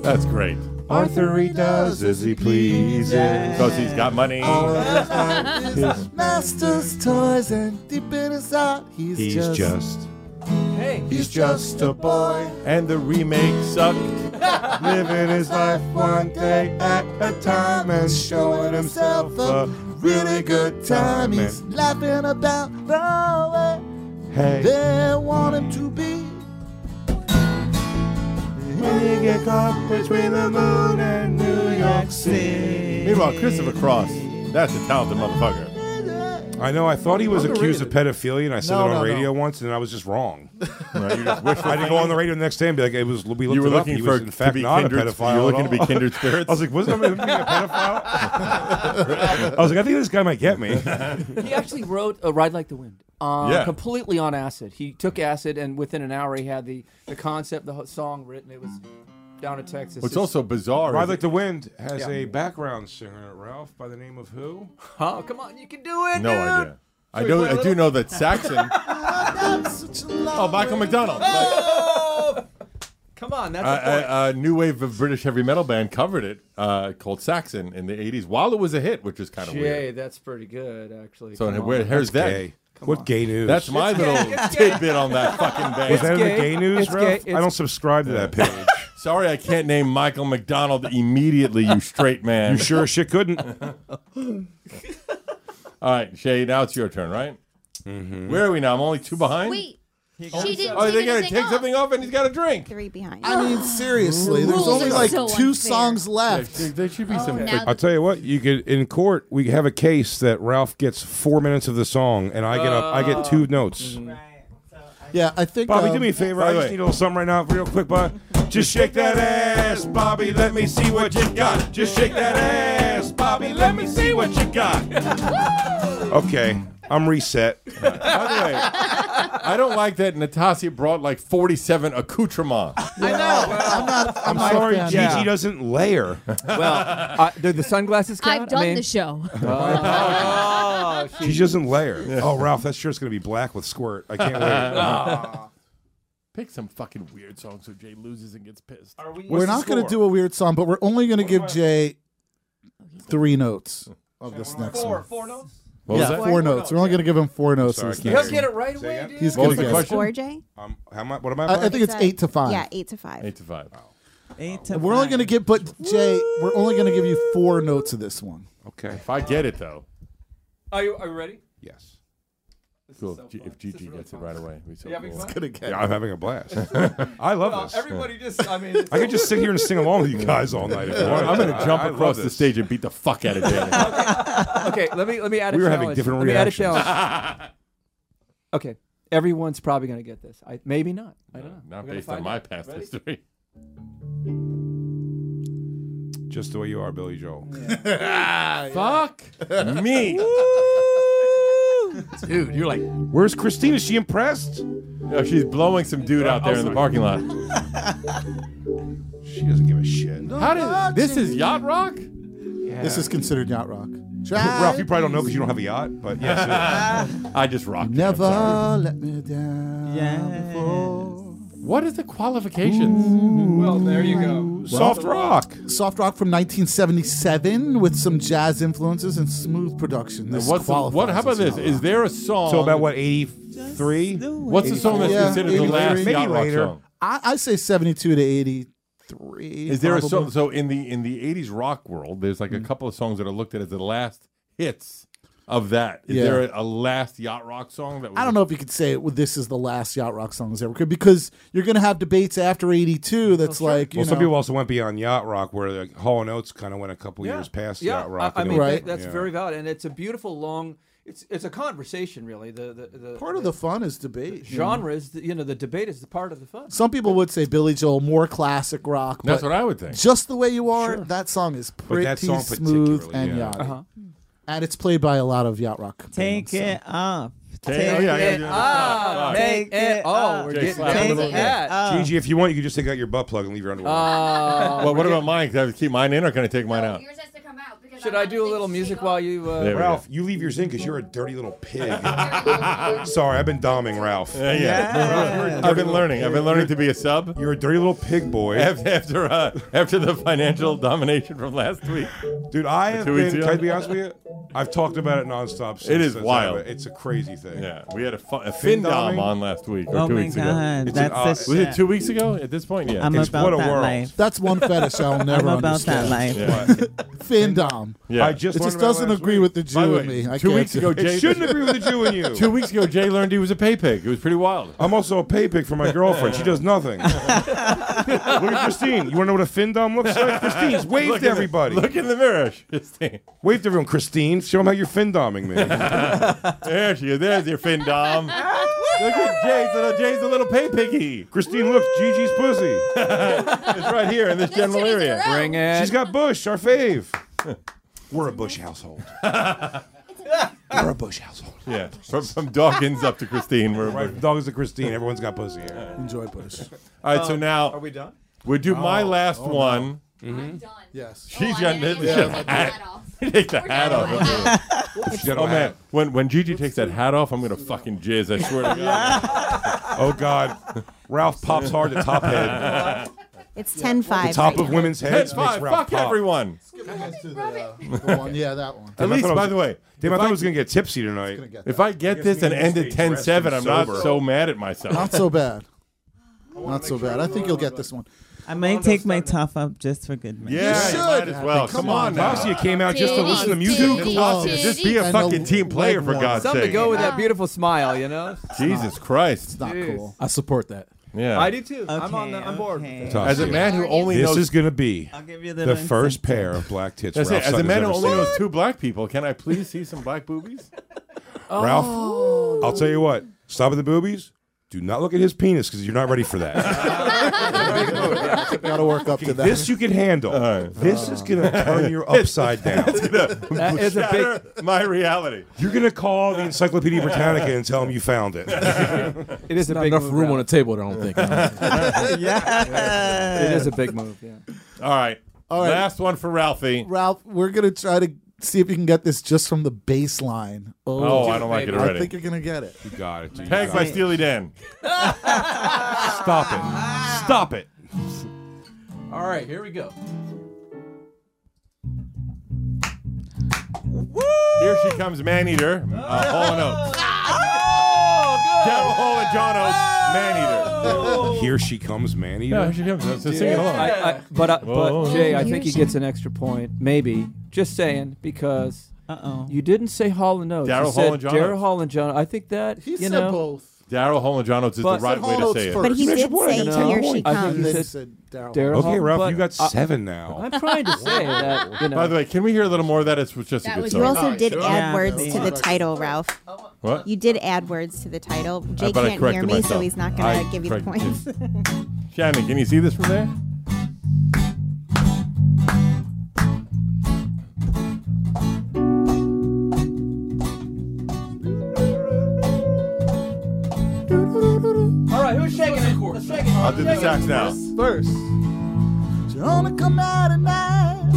S3: That's great.
S4: Arthur, he does as he pleases.
S3: Because he's got money.
S1: Master's toys and deep in his heart, he's,
S3: He's
S1: just,
S3: just-
S1: Hey, he's just a boy.
S3: and the remake sucked.
S4: Living his life one day at a time and showing himself a really good
S1: Time he's laughing about the way they want him to be.
S4: When you get caught between the moon and New York City.
S3: Meanwhile, Christopher Cross, that's a talented motherfucker.
S4: I know. I thought he was accused of pedophilia, and I said
S3: No,
S4: it on
S3: no,
S4: radio once, and I was just wrong.
S3: you just wishful
S4: I didn't go on the radio the next day and be like, "It was we looked
S3: You were
S4: it up.
S3: looking
S4: he
S3: for-
S4: was in
S3: to
S4: fact
S3: be
S4: not
S3: kindred-
S4: a pedophile."
S3: you were looking
S4: at
S3: to be
S4: all."
S3: kindred spirits?
S4: I was like, "Wasn't I being a pedophile?" I was like, "I think this guy might get me."
S11: he actually wrote a ride like the wind. Uh,
S4: Yeah.
S11: completely on acid. He took acid, and within an hour, he had the, the concept, the whole song written. It was down in Texas.
S3: What's also bizarre.
S4: Ride
S3: is-
S4: Like the Wind has
S11: Yeah.
S4: a background singer, Ralph, by the name of who?
S11: Oh, come on, you can do it.
S3: No idea. I do. I do know that Saxon.
S1: oh,
S3: Michael McDonald.
S11: Oh! Come on, that's a point.
S3: a, a, a new wave of British heavy metal band covered it uh, called Saxon in the 80s while it was a hit, which was kind of
S11: Jay,
S3: weird.
S11: that's pretty good, actually.
S3: So,
S11: Come on.
S3: where, here's that.
S4: What gay news?
S3: That's my
S11: It's
S3: little
S11: gay, it's gay.
S3: tidbit on that fucking band.
S4: Was that in the gay news, Ralph? I don't subscribe to that page.
S3: Sorry, I can't name Michael McDonald immediately, you straight man.
S4: You sure as shit couldn't.
S3: All right, Shay, now it's your turn, right? Mm-hmm. Where are we now? I'm only two behind?
S12: Wait. She
S3: Oh,
S12: didn't
S3: oh,
S12: take
S3: they gotta
S12: anything
S3: take
S12: off.
S3: something off and he's got a drink.
S6: Three behind.
S1: I mean, seriously, there's
S6: Rules
S1: only
S6: are
S1: like
S6: so
S1: two
S6: unfair.
S1: songs left.
S3: There, there should be some. quick-
S4: I'll tell you what, you could in court we have a case that Ralph gets four minutes of the song and I get up I get two notes.
S1: Yeah, I think.
S4: Bobby,
S1: um,
S4: do me a favor.
S3: by
S4: I
S3: the
S4: just
S3: way-
S4: need a little something right now, real quick, Bob. Just shake that ass, Bobby. Let me see what you got. Just shake that ass, Bobby. Let me see what you got. okay, I'm reset.
S3: By the way, I don't like that Natasha brought like 47 accoutrements.
S11: I know.
S1: I'm not. I'm,
S4: I'm
S1: not a
S4: sorry,
S1: fan.
S4: Gigi doesn't layer.
S11: Well, uh, do the sunglasses count?
S12: I've done
S11: I mean,
S12: the show.
S11: Oh,
S4: She doesn't layer. Oh, Ralph, that shirt's gonna be black with squirt. I can't wait. Um,
S3: Pick some fucking weird song so Jay loses and gets pissed.
S11: Are we?
S1: We're not going to do a weird song, but we're only going to give Jay
S6: Oh,
S1: three notes of this next
S11: four,
S1: one.
S11: four notes.
S3: What was
S1: yeah,
S3: that?
S1: four, notes. We're only going to give him four notes.
S4: Sorry,
S1: of
S4: I
S1: this
S4: can't
S11: He'll
S1: next
S4: hear
S11: get
S1: one.
S11: it right
S4: Say
S11: away,
S4: again?
S11: dude.
S1: He's
S3: What
S1: going
S3: was
S1: to
S3: the
S1: get
S3: question?
S6: Four, Jay?
S4: Um, how much? What am I?
S1: I, I
S4: buying?
S1: think it's
S6: It's a-
S1: eight to five.
S6: Yeah, eight to five.
S3: Eight to five.
S10: Eight to
S1: We're only going to give, but Jay, we're only going to give you four notes of this one.
S4: okay.
S3: If I get it though,
S11: Are you, are you ready?
S4: Yes.
S11: This is
S3: cool.
S11: so
S3: G-
S11: fun.
S3: if
S11: This is
S3: Gigi
S11: really
S3: gets it
S11: fun.
S3: right away, it'd be so
S11: You having
S3: cool.
S11: fun?
S4: Yeah, I'm having a blast. I love
S11: Well,
S4: this.
S11: everybody just, I mean,
S4: I could just sit here and sing along with you guys all night. If you want.
S3: I'm gonna jump
S4: I- I love
S3: across the
S4: this.
S3: stage and beat the fuck out of Danny.
S11: okay, let me, let me add a
S4: We were
S11: challenge.
S4: having different
S11: let me add a
S4: reactions.
S11: challenge. okay, everyone's probably going to get this. I, maybe not. I don't know.
S3: Not
S11: We're gonna
S3: based on
S11: find
S3: my
S11: out.
S3: past
S11: Ready?
S3: history.
S4: Just the way you are, Billy Joel.
S3: Fuck me.
S11: Dude, you're like,
S4: Where's Christine? Is she impressed?
S3: Oh, she's blowing some dude out there in the parking lot.
S4: She doesn't give a shit.
S3: How did this is yacht rock?
S1: This is considered yacht rock.
S4: Ralph, you probably don't know because you don't have a yacht, but yes. it is.
S3: I just rocked. it, I'm sorry.
S1: Never let me down
S10: Yes.
S1: before.
S3: What is the qualifications?
S11: well, there you go.
S4: Soft rock.
S1: Soft rock from 1977 with some jazz influences and smooth production. This
S3: What's the,
S1: qualifies
S3: what? How about
S1: as
S3: this?
S1: yacht
S3: Is
S1: rock.
S3: there a song?
S4: So about what, 83?
S3: What's the song that's
S1: Yeah,
S3: considered the
S1: 83.
S3: last
S4: Maybe
S3: yacht rock
S4: later.
S3: song?
S1: I, I say 72 to 83.
S3: Is there a
S1: probably.
S3: song? So in the in the '80s rock world, there's like a couple of songs that are looked at as the last hits of that. Is
S1: Yeah.
S3: there a, a last yacht rock song that was
S1: I don't know if you could say it, well, this is the last yacht rock song that's ever created because you're going to have debates after 82 that's like, you
S4: well,
S1: know,
S4: some people also went beyond yacht rock, where like, Hall and Oates kind of went a couple years past
S11: yeah,
S4: yacht rock.
S11: I, I
S4: and
S11: mean,
S4: they-
S11: that, that's
S4: yeah.
S11: very valid, and it's a beautiful long. It's it's a conversation, really. The the, the
S1: part of the fun is debate. you know?
S11: genre is the, you know the debate is the part of the fun.
S1: Some people would say Billy Joel more classic rock.
S11: That's
S1: but
S11: what I would think.
S1: Just the way you are. That song is
S4: But
S1: pretty
S4: that song
S1: smooth
S4: particularly,
S1: and
S4: yeah.
S1: yachty.
S4: Uh-huh.
S1: and it's played by a lot of yacht rock. bands,
S10: Take
S1: so.
S10: it off.
S1: Take-
S10: Take
S1: oh, yeah, yeah,
S10: it
S1: yeah.
S10: off.
S11: Ah,
S1: Fuck.
S10: Take it off.
S11: We're getting
S3: Slap.
S11: down
S3: Take
S11: to
S3: it
S11: that.
S10: off.
S4: Gigi, if you want, you can just take out your butt plug and leave your underwear.
S11: Oh,
S3: well, what
S11: we're
S3: about mine? Can I keep mine in or can I take mine out?
S11: Should I do a little music while you? Uh,
S3: There we
S4: Ralph, you leave yours in because you're a dirty little pig. Sorry, I've been doming Ralph.
S3: Yeah, yeah. I've been learning. I've been learning to be a sub.
S4: You're a dirty little pig boy.
S3: Af- After uh, after the financial domination from last week,
S4: Dude, I
S3: Or
S4: have
S3: two weeks
S4: been. Can
S3: ago.
S4: I be honest with you? I've talked about it nonstop. Since
S3: It is
S4: since
S3: wild.
S4: I've- It's a crazy thing.
S3: Yeah, we had a, fu- a
S4: Fin
S3: fin
S4: doming?
S3: dom on last week or
S10: Oh
S3: two
S10: my
S3: weeks
S10: God,
S3: ago. It's
S10: that's
S3: an-
S10: the
S3: was it
S10: shit.
S3: two weeks ago? At this point, yeah.
S10: I'm
S4: It's
S10: about
S4: what a
S10: that
S4: world.
S10: life.
S1: That's one fetish I'll never
S10: I'm about that
S1: understand.
S10: life.
S3: Yeah.
S1: Findom.
S3: Yeah.
S4: I just
S1: It
S4: learned
S1: just
S4: about
S1: doesn't
S4: last
S1: agree
S4: week.
S1: with the
S3: By the
S1: Jew
S3: way,
S1: in me. I
S3: two
S1: can't
S3: weeks
S1: do
S3: ago,
S1: it.
S3: Jay.
S4: It shouldn't agree with the Jew in you.
S3: two weeks ago, Jay learned he was a pay pig. It was pretty wild.
S4: I'm also a pay pick for my girlfriend. She does nothing. Look at Christine. You want to know what a fin dom looks like? Christine's waved
S3: Look in
S4: to
S3: the-
S4: everybody.
S3: look in the mirror. Christine.
S4: Wave to everyone. Christine, show them how you're fin doming me.
S3: There she is. There's your fin dom. look at Jay's little Jay's a little pay piggy.
S4: Christine, look, Gigi's pussy.
S3: It's right here in this general area.
S11: Bring it.
S4: She's got Bush, our fave. We're a Bush household. We're a Bush household.
S3: Yeah, from, from Dawkins up to Christine. We're,
S4: Right, dogs to Christine. Everyone's got pussy here.
S1: Enjoy Bush.
S3: All
S4: Um,
S3: right, so
S11: Are
S3: now
S11: we done?
S3: we do
S4: Oh,
S3: my last one. Mm-hmm.
S5: I'm done.
S1: Yes.
S12: Oh,
S3: She's
S5: Oh, I
S3: got
S5: didn't
S3: the
S5: even
S3: shit.
S5: take the hat off.
S3: Take the hat off.
S4: She got
S3: Oh
S4: a hat.
S3: man, when when Gigi takes that hat off, I'm gonna fucking jizz. I swear to God.
S4: Oh God. Ralph pops hard to top head.
S6: It's ten five.
S4: The top of women's heads
S3: Head
S4: makes
S3: five.
S4: Ralph
S3: Fuck
S4: pop.
S3: everyone.
S1: The one- Yeah, that one.
S3: At
S4: I
S3: least,
S4: thought I
S3: by
S4: was-
S3: the way,
S4: Damn, I
S3: if
S4: thought I
S3: I-
S4: was gonna get tipsy tonight.
S1: Gonna get
S3: if
S1: that.
S3: I get
S4: guess
S3: this
S4: we
S3: and
S4: need to
S3: end
S4: stay
S3: at 10
S4: dressed
S3: 7,
S4: and
S3: I'm not
S4: sober.
S3: so mad at myself.
S1: Not so bad. Not so bad. I think you'll get this one.
S10: I might take my top up just for good measure.
S3: Yeah,
S1: should.
S3: might as well.
S1: Come
S3: Come,
S1: on,
S3: on, now.
S4: Vasia came out just to listen to music.
S5: Titties,
S3: Duke Lawson,
S5: titties.
S3: Just be a
S1: And
S3: fucking
S1: the
S3: team player,
S1: leg
S3: for
S1: one.
S3: God's
S11: Something to
S3: sake.
S11: go with that beautiful smile, you know.
S3: Jesus Christ.
S1: Not
S11: Jeez.
S1: cool.
S13: I support that.
S3: Yeah.
S11: I do too. I'm on.
S10: Okay,
S11: The, I'm bored.
S10: okay.
S3: As a man who only
S4: This
S3: knows.
S4: is gonna be
S10: I'll give you the,
S4: the
S10: link.
S4: first pair of black tits.
S3: that's it.
S4: Ralph
S3: As a
S4: Sutton's
S3: man who
S4: ever
S3: only
S4: seen.
S3: knows two black people, can I please see some black boobies?
S4: Ralph, I'll tell you what. Stop at the boobies. Do not look at his penis because you're not ready for that.
S1: Got to work up to that.
S4: this you can handle. This is gonna turn you upside down.
S11: That is a big.
S3: Shatter my reality.
S4: You're gonna call the Encyclopedia Britannica and tell them you found it.
S11: It is a
S13: Not
S11: big
S13: enough
S11: move,
S13: room
S11: Ralph.
S13: on the table. I don't think. honestly.
S11: It is a big move. Yeah.
S3: All right.
S1: All right.
S3: Last one for Ralphie.
S1: Ralph, we're gonna try to see if you can get this just from the baseline.
S3: Oh, I don't like it
S11: baby.
S1: I
S3: already.
S1: think you're gonna get it.
S4: You got it. dude. You
S3: Pegged
S4: got
S3: by
S4: it.
S3: Steely Dan.
S4: Stop it. Stop it.
S13: All right, here we go.
S3: Here she comes, Man Eater. Uh, Hall and Oates. Down Hall and John Oates, Man Eater.
S4: Here she comes, man.
S3: Yeah,
S4: Eater.
S3: here she comes. So sing along.
S11: I, I, but uh,
S3: Whoa.
S11: but Jay, I think he gets an extra point, maybe. Just saying because
S10: Uh oh.
S11: you didn't say Hall and Oates. You
S3: Daryl Hall
S11: said
S3: and John
S11: Daryl
S3: Oates.
S11: Hall and John. I think that
S1: He
S11: you
S1: said
S11: know.
S1: both.
S3: Daryl Hall and John Oates is
S11: But-
S3: the right
S1: Said
S3: way to
S1: Hall
S3: say
S1: Oates
S3: it.
S1: first.
S6: But he
S4: Measure
S6: did
S4: point, I
S6: say
S4: got
S11: ten
S6: here she
S11: points. I
S6: comes.
S11: think
S1: And then
S11: said
S1: he said Daryl.
S11: Daryl
S4: Okay,
S11: Hall,
S4: Ralph,
S11: but
S4: you got
S11: I-
S4: seven now.
S11: I'm trying to say that you know.
S3: By the way, can we hear a little more of that? It's just a
S5: That
S3: good
S5: was
S3: song.
S6: You also did
S1: sure.
S6: add
S10: Yeah,
S6: words
S10: they
S6: to the
S10: are.
S6: title, Ralph.
S3: what?
S6: You did add words to the title. Jay
S3: bet
S6: can't
S3: I
S6: hear
S3: corrected
S6: me, so
S3: myself.
S6: he's not gonna
S3: I
S6: give you the
S3: corrected
S6: points.
S3: Shannon, can you see this from there?
S11: all right, who's shaking it? Let's shake it.
S3: I'll do the sax now.
S1: First, you wanna come out tonight,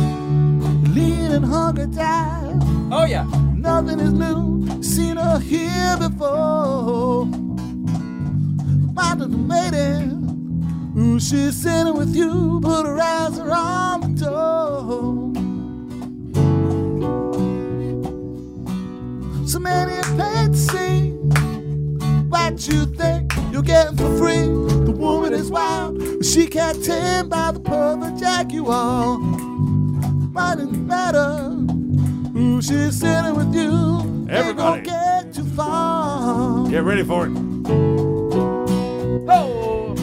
S1: leading hunger time.
S11: Oh yeah.
S1: Nothing is new, seen her here before. My little maiden, ooh, she's sitting with you, put her eyes around the door. So many paid see what you think you're getting for free. The woman is wild, she can't tame by the perfect jaguar. Might it matter who she's sitting with you?
S3: Everybody.
S1: They won't get too far.
S3: Get ready for it.
S11: Oh,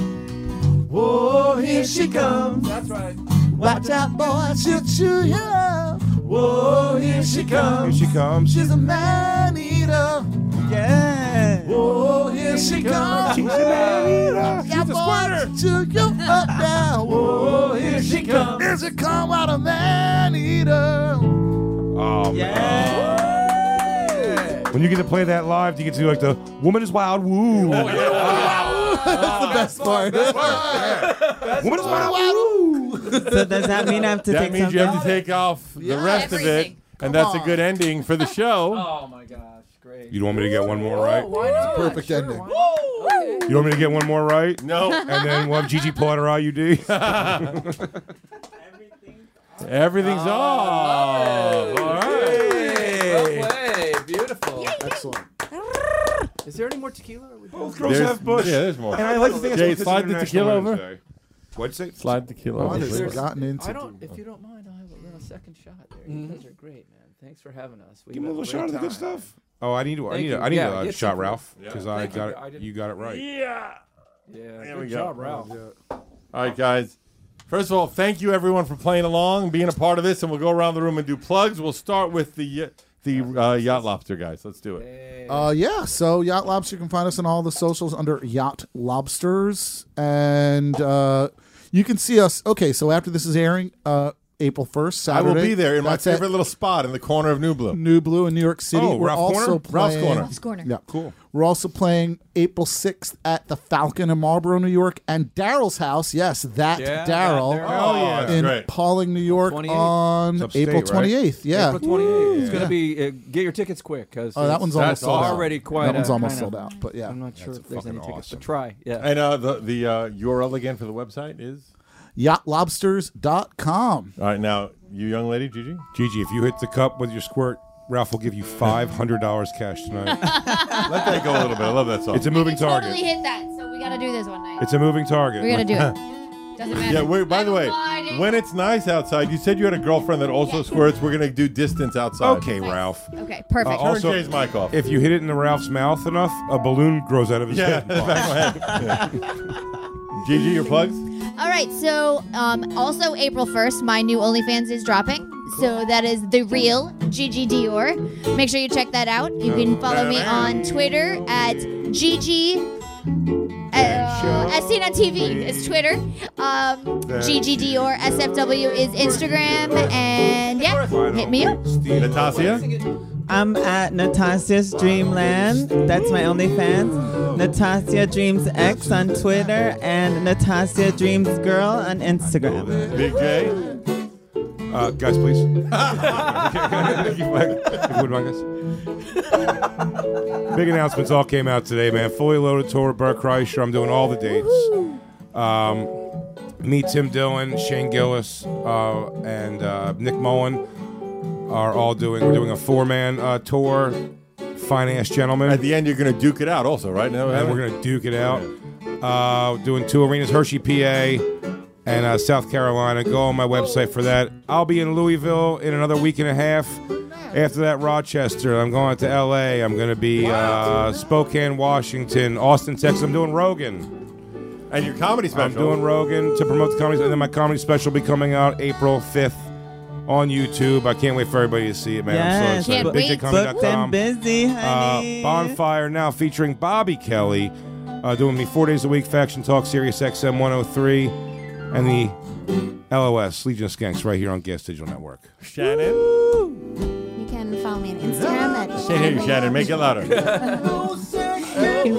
S9: whoa, here she comes.
S11: That's right.
S9: Watch out, boy, she'll chew you up. Whoa, here she comes.
S4: Here she comes.
S9: She's a man eater.
S10: Yeah.
S9: Whoa, here she comes. She's a man eater. She's a squirter. Chew you up now. Whoa, here she comes. Here she comes, what a man eater.
S4: Oh man. When you get to play that live, do you get to do like the woman is wild woo?
S1: That's the best part.
S4: Woman is wild
S10: so does that mean I have to
S3: that
S10: take
S3: means
S10: something?
S3: you have to take off the rest of it,
S11: Everything.
S3: and
S11: Come
S3: that's a
S11: on.
S3: good ending for the show.
S11: Oh my gosh, great. Oh,
S4: You don't want me to get one more right?
S11: Why not?
S1: Perfect ending.
S4: You want me to get one more right?
S3: No.
S4: And then we'll have Gigi Potter IUD.
S11: Oh,
S3: Everything's off. All right.
S11: Well played. Beautiful.
S1: Excellent.
S11: Is there any more tequila? Or are we both
S4: girls
S3: There's-
S4: have bush.
S3: yeah, there's more.
S4: And I like to think it's
S3: Jay,
S4: because it's
S3: slide the
S4: International
S3: tequila
S4: Women's
S3: over.
S4: Day. What'd you say?
S3: Slide the tequila
S1: What
S3: over.
S1: has
S3: please.
S1: gotten into?
S11: I don't. If you don't mind, I'll have a little second shot there. You guys are great, man. Thanks for having us. We
S4: Give him a
S11: had
S4: little
S11: great
S4: shot of the good
S11: time.
S4: stuff. Oh, I need to. I
S11: Thank
S4: need.
S11: you.
S4: A, I need
S11: Yeah,
S4: a
S11: get
S4: shot,
S11: some-
S4: Ralph, because I
S11: Thank you. I
S4: got it.
S11: didn't-
S4: You got it right.
S3: Yeah.
S11: Yeah.
S3: There
S11: good
S3: we go.
S11: job, Ralph.
S3: All right, guys. First of all, thank you everyone for playing along, being a part of this, and we'll go around the room and do plugs. We'll start with the the uh, yacht lobster guys. Let's do it.
S1: Uh, yeah, so Yacht Lobster, you can find us on all the socials under Yacht Lobsters. And uh, you can see us. Okay, so after this is airing, uh, April 1st,
S3: I
S1: Saturday.
S3: will be there in my
S1: That's at
S3: favorite little spot in the corner of New Blue.
S1: New Blue in New York City.
S3: Oh,
S1: We're
S3: Ralph's
S1: also
S3: Corner? Ralph's
S1: playing,
S3: Corner.
S12: Ralph's Corner.
S1: Yeah.
S4: Cool.
S1: We're also playing April 6th at the Falcon in Marlboro, New York, and Daryl's house. Yes, that
S11: Yeah, that
S1: Daryl.
S11: Daryl.
S3: Oh, yeah, that's
S1: In
S3: great.
S1: Pauling, New York
S11: 28th.
S1: on
S4: It's upstate,
S1: April
S4: right?
S1: 28th. Yeah.
S11: April 28th. It's going to be, uh, get your tickets quick. Cause
S1: Oh, that one's almost
S11: that's
S1: sold out.
S11: already quite
S1: That one's
S11: a
S1: almost
S11: kind of-
S1: sold out, but yeah.
S11: I'm not sure
S4: That's
S11: if there's any
S4: fucking
S11: tickets,
S4: awesome.
S11: but try. Yeah.
S3: And uh, the the uh, URL again for the website is
S1: yachtlobsters.com.
S3: all right. Now, you young lady, Gigi.
S4: Gigi, if you hit the cup with your squirt, Ralph will give you five hundred dollars cash tonight.
S3: Let that go a little bit. I love that song.
S4: It's a moving
S12: Totally
S4: target.
S12: hit that. So we gotta do this one night.
S4: It's a moving target.
S12: we gotta do it. Doesn't matter.
S3: yeah. Wait. By the way,
S12: Sliding.
S3: when it's nice outside, you said you had a girlfriend that also squirts. We're gonna do distance outside.
S4: Okay, Ralph.
S12: Okay, perfect.
S4: Uh, also-
S3: Turn Jay's mic off.
S4: If you hit it in Ralph's mouth enough, a balloon grows out of his
S3: yeah.
S4: head.
S3: back of my head. Yeah. Gigi, your plugs.
S12: All right, so um, also April 1st, my new OnlyFans is dropping. So that is The Real Gigi Dior. Make sure you check that out. You can follow me on Twitter at Gigi. Uh, as seen on TV is Twitter. Um, Gigi Dior SFW is Instagram. And yeah, hit me up.
S3: Natasha.
S10: I'm at Natasha's Dreamland. That's my OnlyFans. Natasha Dreams X on Twitter and Natasha Dreams Girl on Instagram.
S3: Big J.
S4: Uh, guys, please. If you would mind, guys. Big announcements all came out today, man. Fully loaded tour with Bert Kreischer. I'm doing all the dates. Um, me, Tim Dillon, Shane Gillis, uh, and uh, Nick Mullen are all doing. We're doing a four-man uh, tour. Finance gentlemen.
S3: At the end, you're going to duke it out, also, right? Now,
S4: and we're gonna duke it out. Uh, doing two arenas, Hershey, PA, and uh, South Carolina. Go on my website for that. I'll be in Louisville in another week and a half. After that, Rochester. I'm going to LA. I'm gonna be uh, Spokane, Washington, Austin, Texas. I'm doing Rogan.
S3: and your comedy special.
S4: I'm doing Rogan to promote the comedy, and then my comedy special will be coming out April 5th on YouTube. I can't wait for everybody to see it, man. I'm so
S10: Yes,
S4: excited.
S12: Can't wait.
S4: BigJComedy.com.
S10: Booked and busy, honey.
S4: Uh, Bonfire now featuring Bobby Kelly, uh, doing me four days a week, Faction Talk, Sirius XM 103, and the LOS, Legion of Skanks, right here on Guest Digital Network.
S3: Shannon.
S6: You can follow me on Instagram at
S3: Can't hear you, Shannon. Make it louder.
S6: Why do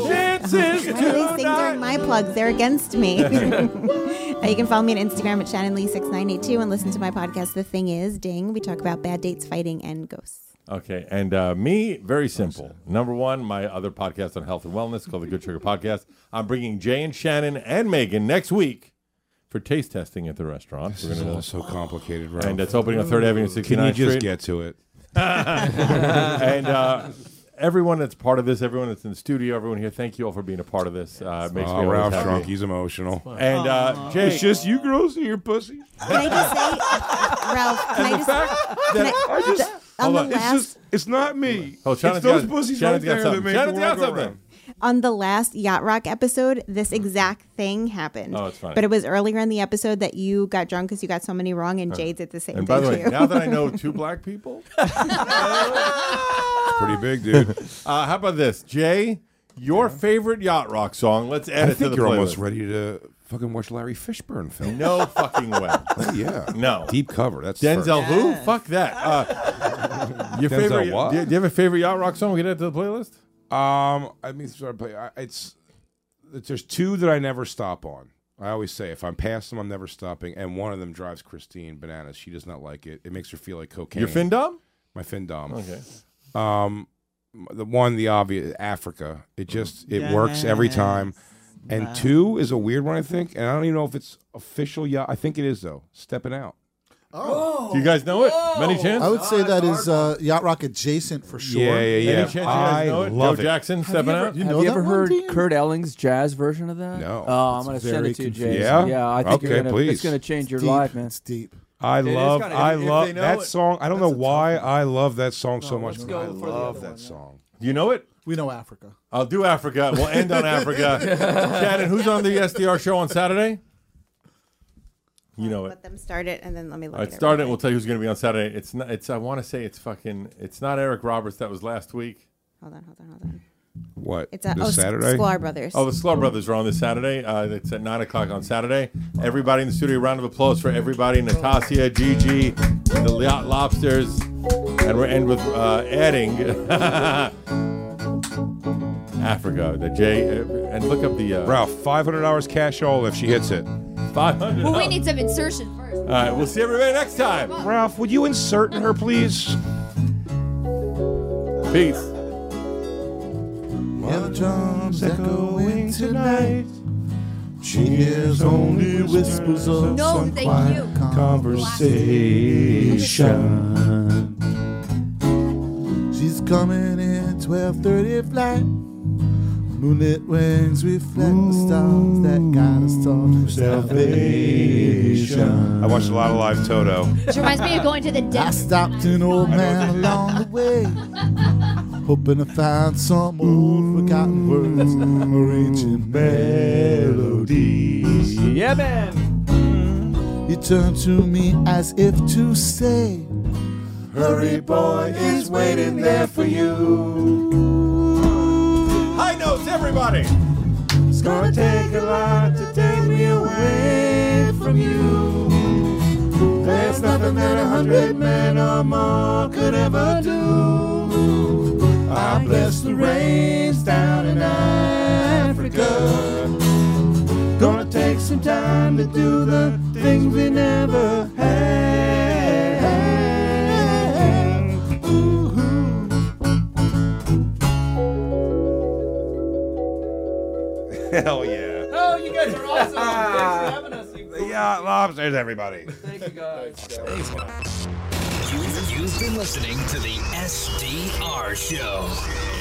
S6: these things are my plugs? They're against me. Uh, you can follow me on Instagram at Shannon Lee six nine eight two and listen to my podcast. The thing is, ding, we talk about bad dates, fighting, and ghosts.
S3: okay, and uh, me, very simple. Number one, my other podcast on health and wellness called the Good Sugar Podcast. I'm bringing Jay and Shannon and Megan next week for taste testing at the restaurant. We're
S4: This is
S3: gonna-
S4: all so complicated, right?
S3: and that's opening on Third Avenue, 69th
S4: Can you just
S3: Street.
S4: get to it?
S3: and uh, everyone that's part of this, everyone that's in the studio, everyone here, thank you all for being a part of this. Uh, it makes me
S4: Oh,
S3: always
S4: Ralph's
S3: happy.
S4: drunk. He's emotional.
S3: And uh, Jay,
S4: It's just you girls and your pussy.
S6: Can I just say, Ralph? Can I just?
S3: that-
S6: can I-
S4: I just
S6: on the
S4: Hold on.
S6: last
S4: It's, just, it's not me.
S3: Oh,
S4: it's
S3: Shannon's
S4: those
S3: got-
S4: pussies
S3: Shannon's
S4: right there that
S3: got something.
S4: make
S3: Shannon's
S4: the
S3: got
S4: world go
S3: something.
S4: round.
S6: on the last Yacht Rock episode, this exact thing happened.
S3: Oh, it's funny.
S6: But it was earlier in the episode that you got drunk because you got so many wrong, and Jade did the same
S3: And
S6: thing.
S3: by the way,
S6: too.
S3: now that I know two black people, it's
S4: pretty big, dude.
S3: uh, how about this, Jay? Your favorite yacht rock song? Let's add
S4: I
S3: it to
S4: think
S3: the
S4: you're
S3: playlist.
S4: almost ready to fucking watch Larry Fishburne film.
S3: No fucking way.
S4: Oh, yeah.
S3: No.
S4: Deep cover. That's
S3: Denzel
S4: first.
S3: who? Fuck that. Uh, your
S4: Denzel
S3: favorite?
S4: what?
S3: Do you, do you have a favorite yacht rock song? We can add to the playlist.
S4: Um, I mean, sorry, play. I, it's there's two that I never stop on. I always say if I'm past them, I'm never stopping. And one of them drives Christine bananas. She does not like it. It makes her feel like cocaine.
S3: Your fin dom?
S4: My fin dom.
S3: Okay.
S4: Um, the one, the obvious, Africa. It just it works every
S3: Yes.
S4: time. And
S3: Wow.
S4: two is a weird one, I think. And I don't even know if it's official. Yeah, I think it is though. Stepping out.
S3: Do you guys know it? Many chance?
S1: I would say that is uh, yacht rock adjacent for sure.
S4: Yeah, yeah, yeah.
S3: Any chance you guys know it? Joe Jackson stepping out.
S11: have you ever heard Kurt Elling's jazz version of that?
S4: No.
S11: Oh, I'm
S4: It's
S11: gonna send
S4: very
S11: it to you, Jay.
S4: confusing. Yeah?
S11: yeah. I think you're
S4: Okay,
S11: gonna,
S4: please.
S11: it's gonna change your
S1: It's deep.
S11: life, man.
S1: It's deep.
S4: I
S11: It is
S4: love,
S11: kinda-
S4: I
S11: if they
S4: love
S11: know
S4: that
S11: it-
S4: song. I don't know why I love that song so much.
S11: let's
S4: but
S11: go
S4: I
S11: for the
S4: love
S11: other
S4: that
S11: one,
S4: song.
S3: You know it?
S1: We know Africa.
S3: I'll do Africa. We'll end on Africa. Shannon, who's on the SDR show on Saturday? You know it.
S6: let them start it, and then let me
S3: All
S6: look.
S3: right,
S6: at
S3: start
S6: it.
S3: it. We'll tell you who's going to be on Saturday. It's not. It's. I want to say it's fucking. It's not Eric Roberts. That was last week.
S6: Hold on, hold on, hold on.
S4: What?
S6: It's a- This oh, S- Saturday? Sklar Brothers.
S3: Oh, the Sklar Brothers are on this Saturday. Uh, it's at nine o'clock on Saturday. Everybody in the studio, round of applause for everybody. Natasha, Gigi, the Yacht Lobsters, and we're end with uh, adding Africa. The J and look up the uh,
S4: Ralph, five hundred dollars cash all if she hits it.
S3: Five hundred.
S12: Well, we need some insertion first.
S3: All right, we'll see everybody next time.
S4: Ralph, would you insert her, please?
S3: Peace.
S9: While the drums echoing tonight, she hears only whispers of
S12: No,
S9: some
S12: thank
S9: quiet
S12: you.
S9: conversation. She's coming in 12:30 flight. Moonlit wings reflect the stars that guide us to salvation.
S4: I watched a lot of live Toto.
S12: Which reminds me of going to the
S9: I
S12: desk.
S9: stopped an old man along the way, hoping to find some old forgotten words or ancient melodies.
S11: Yeah, man.
S9: He turned to me as if to say, Hurry, boy is waiting there for you.
S3: High notes, everybody.
S9: It's gonna take a lot to take me away from you. There's nothing that a hundred men or more could ever do. I bless the rains down in Africa. Gonna take some time to do the things we never had.
S4: Hell yeah.
S11: Oh, you guys are awesome. Thanks for having us. You
S4: The yacht lobsters, everybody.
S11: Thank you guys.
S14: You've been listening to the SDR Show.